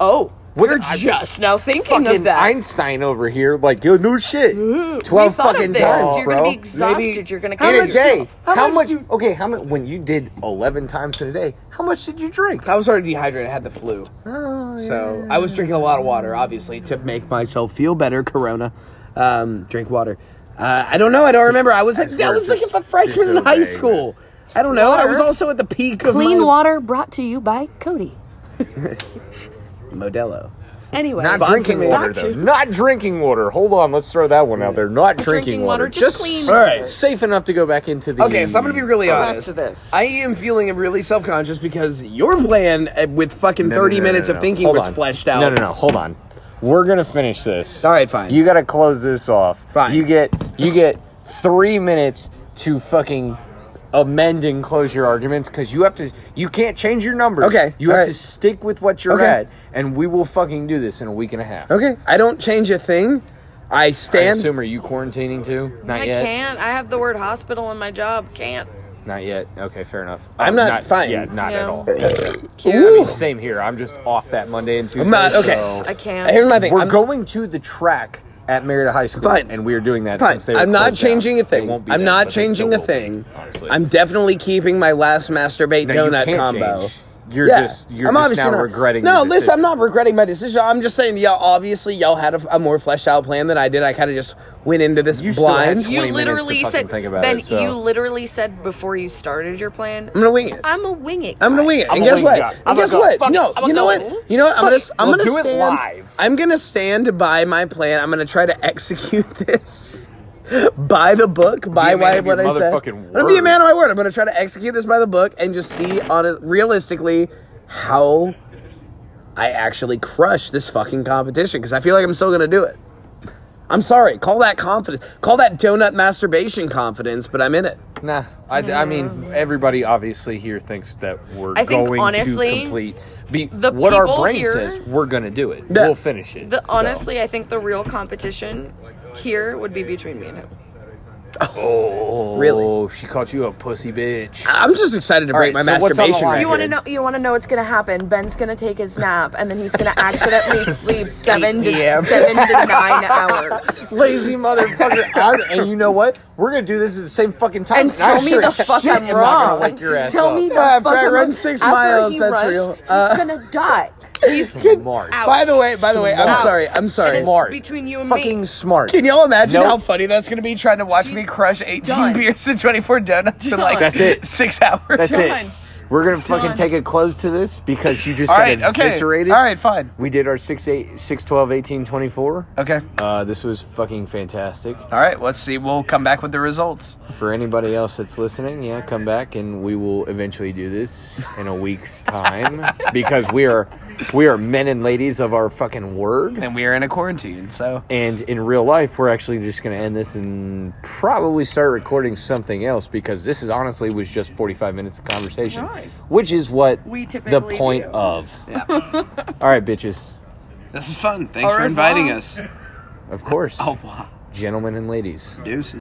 Speaker 3: Oh,
Speaker 1: We're
Speaker 3: just now thinking
Speaker 1: fucking
Speaker 3: of that.
Speaker 1: Einstein over here, like yo, no shit. Twelve
Speaker 3: we thought
Speaker 1: fucking
Speaker 3: of this.
Speaker 1: times,
Speaker 3: You're
Speaker 1: bro.
Speaker 3: gonna be exhausted.
Speaker 2: Maybe-
Speaker 3: You're gonna
Speaker 2: How
Speaker 3: kill
Speaker 1: in a
Speaker 2: much-
Speaker 1: day,
Speaker 3: yourself.
Speaker 1: how,
Speaker 2: how much
Speaker 1: much?
Speaker 2: do-
Speaker 1: okay, how much? When you did eleven times in a day, how much did you drink?
Speaker 2: I was already dehydrated. I had the flu,
Speaker 1: Oh,
Speaker 2: so I was drinking a lot of water, obviously, to make myself feel better. Corona, um, drink water. Uh, I don't know. I don't remember. I was like,
Speaker 1: we're
Speaker 2: that was like
Speaker 1: just-
Speaker 2: if a freshman in
Speaker 1: just
Speaker 2: high
Speaker 1: obeying
Speaker 2: school.
Speaker 1: this.
Speaker 2: I don't know. I was also at the peak of
Speaker 3: Clean
Speaker 2: my-
Speaker 3: water brought to you by Cody.
Speaker 2: Modelo.
Speaker 3: Anyway,
Speaker 1: Not drinking water, though. Not drinking water. Hold on, let's throw that one out there. Not drinking,
Speaker 3: Drinking water, just clean
Speaker 1: s-
Speaker 2: All right.
Speaker 1: Safe enough to go back into the.
Speaker 2: Okay, so I'm gonna be really
Speaker 3: Back
Speaker 2: honest.
Speaker 3: to this.
Speaker 2: I am feeling really self conscious because your plan uh, with fucking
Speaker 1: No, no,
Speaker 2: 30
Speaker 1: no, no,
Speaker 2: minutes
Speaker 1: no,
Speaker 2: of
Speaker 1: no.
Speaker 2: thinking
Speaker 1: Hold
Speaker 2: was
Speaker 1: on.
Speaker 2: fleshed out.
Speaker 1: No, no, no. Hold on. We're gonna finish this.
Speaker 2: All right, fine.
Speaker 1: You gotta close this off.
Speaker 2: Fine.
Speaker 1: You get you get three minutes to fucking amend and close your arguments because you have to. You can't change your numbers.
Speaker 2: Okay,
Speaker 1: You
Speaker 2: all
Speaker 1: have
Speaker 2: right.
Speaker 1: to stick with what you're
Speaker 2: Okay.
Speaker 1: at, and we will fucking do this in a week and a half.
Speaker 2: Okay, I don't change a thing. I
Speaker 1: I
Speaker 2: stand.
Speaker 1: assume are you quarantining too? Not
Speaker 3: I
Speaker 1: yet.
Speaker 3: can't. I have the word hospital in my job. Can't.
Speaker 1: Not yet. Okay, fair enough.
Speaker 2: I'm not- fine.
Speaker 1: Yeah, not at
Speaker 3: No.
Speaker 1: all.
Speaker 3: [laughs]
Speaker 2: Ooh.
Speaker 1: Same here. I'm just off that Monday and Tuesday.
Speaker 2: I'm not- okay.
Speaker 1: so-
Speaker 3: I can't.
Speaker 2: Uh, Here's my thing.
Speaker 1: We're
Speaker 2: I'm,
Speaker 1: going to the track at Merida High School,
Speaker 2: Fine.
Speaker 1: and we are doing that.
Speaker 2: fine.
Speaker 1: Since they were
Speaker 2: I'm not
Speaker 1: closed down.
Speaker 2: changing a
Speaker 1: They
Speaker 2: thing.
Speaker 1: won't be
Speaker 2: I'm
Speaker 1: there,
Speaker 2: not
Speaker 1: but they
Speaker 2: changing a
Speaker 1: still will be,
Speaker 2: thing.
Speaker 1: honestly,
Speaker 2: I'm definitely keeping my last masturbate
Speaker 1: No, you
Speaker 2: donut
Speaker 1: can't
Speaker 2: combo.
Speaker 1: change. You're just you're just
Speaker 2: obviously
Speaker 1: now
Speaker 2: not-
Speaker 1: regretting.
Speaker 2: No,
Speaker 1: your
Speaker 2: listen, I'm
Speaker 1: decision.
Speaker 2: not regretting my decision. I'm just saying, y'all. Obviously, y'all had a, a more fleshed out plan than I did. I kind of just went into this
Speaker 1: You still
Speaker 2: blind.
Speaker 1: had-
Speaker 3: You
Speaker 1: 20 minutes to
Speaker 3: literally
Speaker 1: fucking
Speaker 3: said.
Speaker 1: think about
Speaker 3: ben,
Speaker 1: it, so-
Speaker 3: you literally said before you started your plan.
Speaker 2: I'm gonna wing it.
Speaker 3: I'm a wing it.
Speaker 2: I'm gonna
Speaker 3: guy.
Speaker 2: wing it.
Speaker 1: I'm
Speaker 2: and
Speaker 1: a
Speaker 2: guess
Speaker 1: wing
Speaker 2: what?
Speaker 1: job. I'm
Speaker 2: And
Speaker 1: a
Speaker 2: guess
Speaker 1: go.
Speaker 2: what?
Speaker 1: Fuck it.
Speaker 2: no,
Speaker 1: I'm a
Speaker 2: you know
Speaker 1: go.
Speaker 2: what? You know what? I'm
Speaker 1: Fuck
Speaker 2: gonna.
Speaker 1: it.
Speaker 2: I'm
Speaker 1: We'll
Speaker 2: gonna
Speaker 1: do it
Speaker 2: stand.
Speaker 1: live.
Speaker 2: I'm gonna stand by my plan. I'm gonna try to execute [laughs] this. By the book, by
Speaker 1: a man
Speaker 2: why
Speaker 1: of your
Speaker 2: what I said.
Speaker 1: motherfucking
Speaker 2: I'm gonna be a
Speaker 1: word.
Speaker 2: man of my word. I'm gonna try to execute this by the book and just see on a, realistically how I actually crush this fucking competition because I feel like I'm still gonna do it. I'm sorry. Call that confidence. Call that donut masturbation confidence, but I'm in it.
Speaker 1: Nah, I, I
Speaker 2: Mm.
Speaker 1: mean, everybody obviously here thinks that we're
Speaker 3: I think,
Speaker 1: going
Speaker 3: honestly,
Speaker 1: to complete be,
Speaker 3: the
Speaker 1: what our
Speaker 3: people
Speaker 1: brain
Speaker 3: here-
Speaker 1: says. We're gonna do it.
Speaker 2: Yeah.
Speaker 1: We'll finish it.
Speaker 3: The,
Speaker 1: so.
Speaker 3: honestly, I think the real competition here would be between me and him.
Speaker 1: oh,
Speaker 2: Really?
Speaker 1: She called you a pussy bitch.
Speaker 2: I'm just excited to break
Speaker 1: right,
Speaker 2: my
Speaker 1: so what's on the
Speaker 2: masturbation
Speaker 1: line?
Speaker 2: record.
Speaker 3: You want to know? You want to know what's gonna happen? Ben's gonna take his nap, and then he's gonna accidentally sleep seven to seven to nine hours.
Speaker 1: lazy
Speaker 3: [laughs]
Speaker 1: motherfucker. I- and you know what? We're gonna do this at the same fucking time.
Speaker 3: And tell
Speaker 1: I
Speaker 3: me
Speaker 1: sure
Speaker 3: the
Speaker 1: as
Speaker 3: fuck
Speaker 1: shit
Speaker 3: I'm
Speaker 1: am not gonna
Speaker 3: wrong.
Speaker 1: wake your ass
Speaker 3: tell
Speaker 1: up.
Speaker 3: me the
Speaker 2: Yeah, if
Speaker 3: fuck
Speaker 2: I
Speaker 3: I'm
Speaker 2: run
Speaker 3: wrong.
Speaker 2: six
Speaker 3: After
Speaker 2: miles,
Speaker 3: he
Speaker 2: that's
Speaker 3: runs,
Speaker 2: real. Uh,
Speaker 3: he's gonna die. He's
Speaker 1: Smart.
Speaker 3: out.
Speaker 2: By the way, by the way, I'm
Speaker 3: Smart.
Speaker 2: sorry. I'm
Speaker 3: And
Speaker 2: sorry.
Speaker 3: it's
Speaker 1: Smart.
Speaker 3: between you and
Speaker 1: fucking
Speaker 3: me.
Speaker 1: smart.
Speaker 2: Can y'all imagine
Speaker 1: Nope.
Speaker 2: how funny that's gonna be trying to watch me crush 18
Speaker 3: Done.
Speaker 2: beers and 24 donuts in like
Speaker 1: That's it.
Speaker 2: six hours?
Speaker 1: That's
Speaker 3: Done.
Speaker 1: it. We're gonna fucking
Speaker 3: Done.
Speaker 1: take a close to this because you just
Speaker 2: All
Speaker 1: got
Speaker 2: right, okay.
Speaker 1: eviscerated.
Speaker 2: All right, fine.
Speaker 1: We did our 6, 8, 6 12, 18, 24.
Speaker 2: Okay.
Speaker 1: Uh, this was fucking fantastic.
Speaker 2: All right, let's see. We'll come back with the results.
Speaker 1: For anybody else that's listening, yeah,
Speaker 2: [laughs]
Speaker 1: come back and we will eventually do this in a week's time because we are we are men and ladies of our fucking word.
Speaker 2: And we are in a quarantine, so
Speaker 1: And in real life, we're actually just going to end this and probably start recording something else because this is honestly was just 45 minutes of conversation,
Speaker 3: Right.
Speaker 1: which is what
Speaker 3: We
Speaker 1: the
Speaker 3: typically
Speaker 1: point
Speaker 3: do.
Speaker 1: of. [laughs] All right, bitches.
Speaker 7: This is fun. Thanks
Speaker 3: Au
Speaker 7: for inviting
Speaker 3: revoir.
Speaker 7: us.
Speaker 1: Of course.
Speaker 7: Au revoir.
Speaker 1: Gentlemen and ladies.
Speaker 7: Deuces.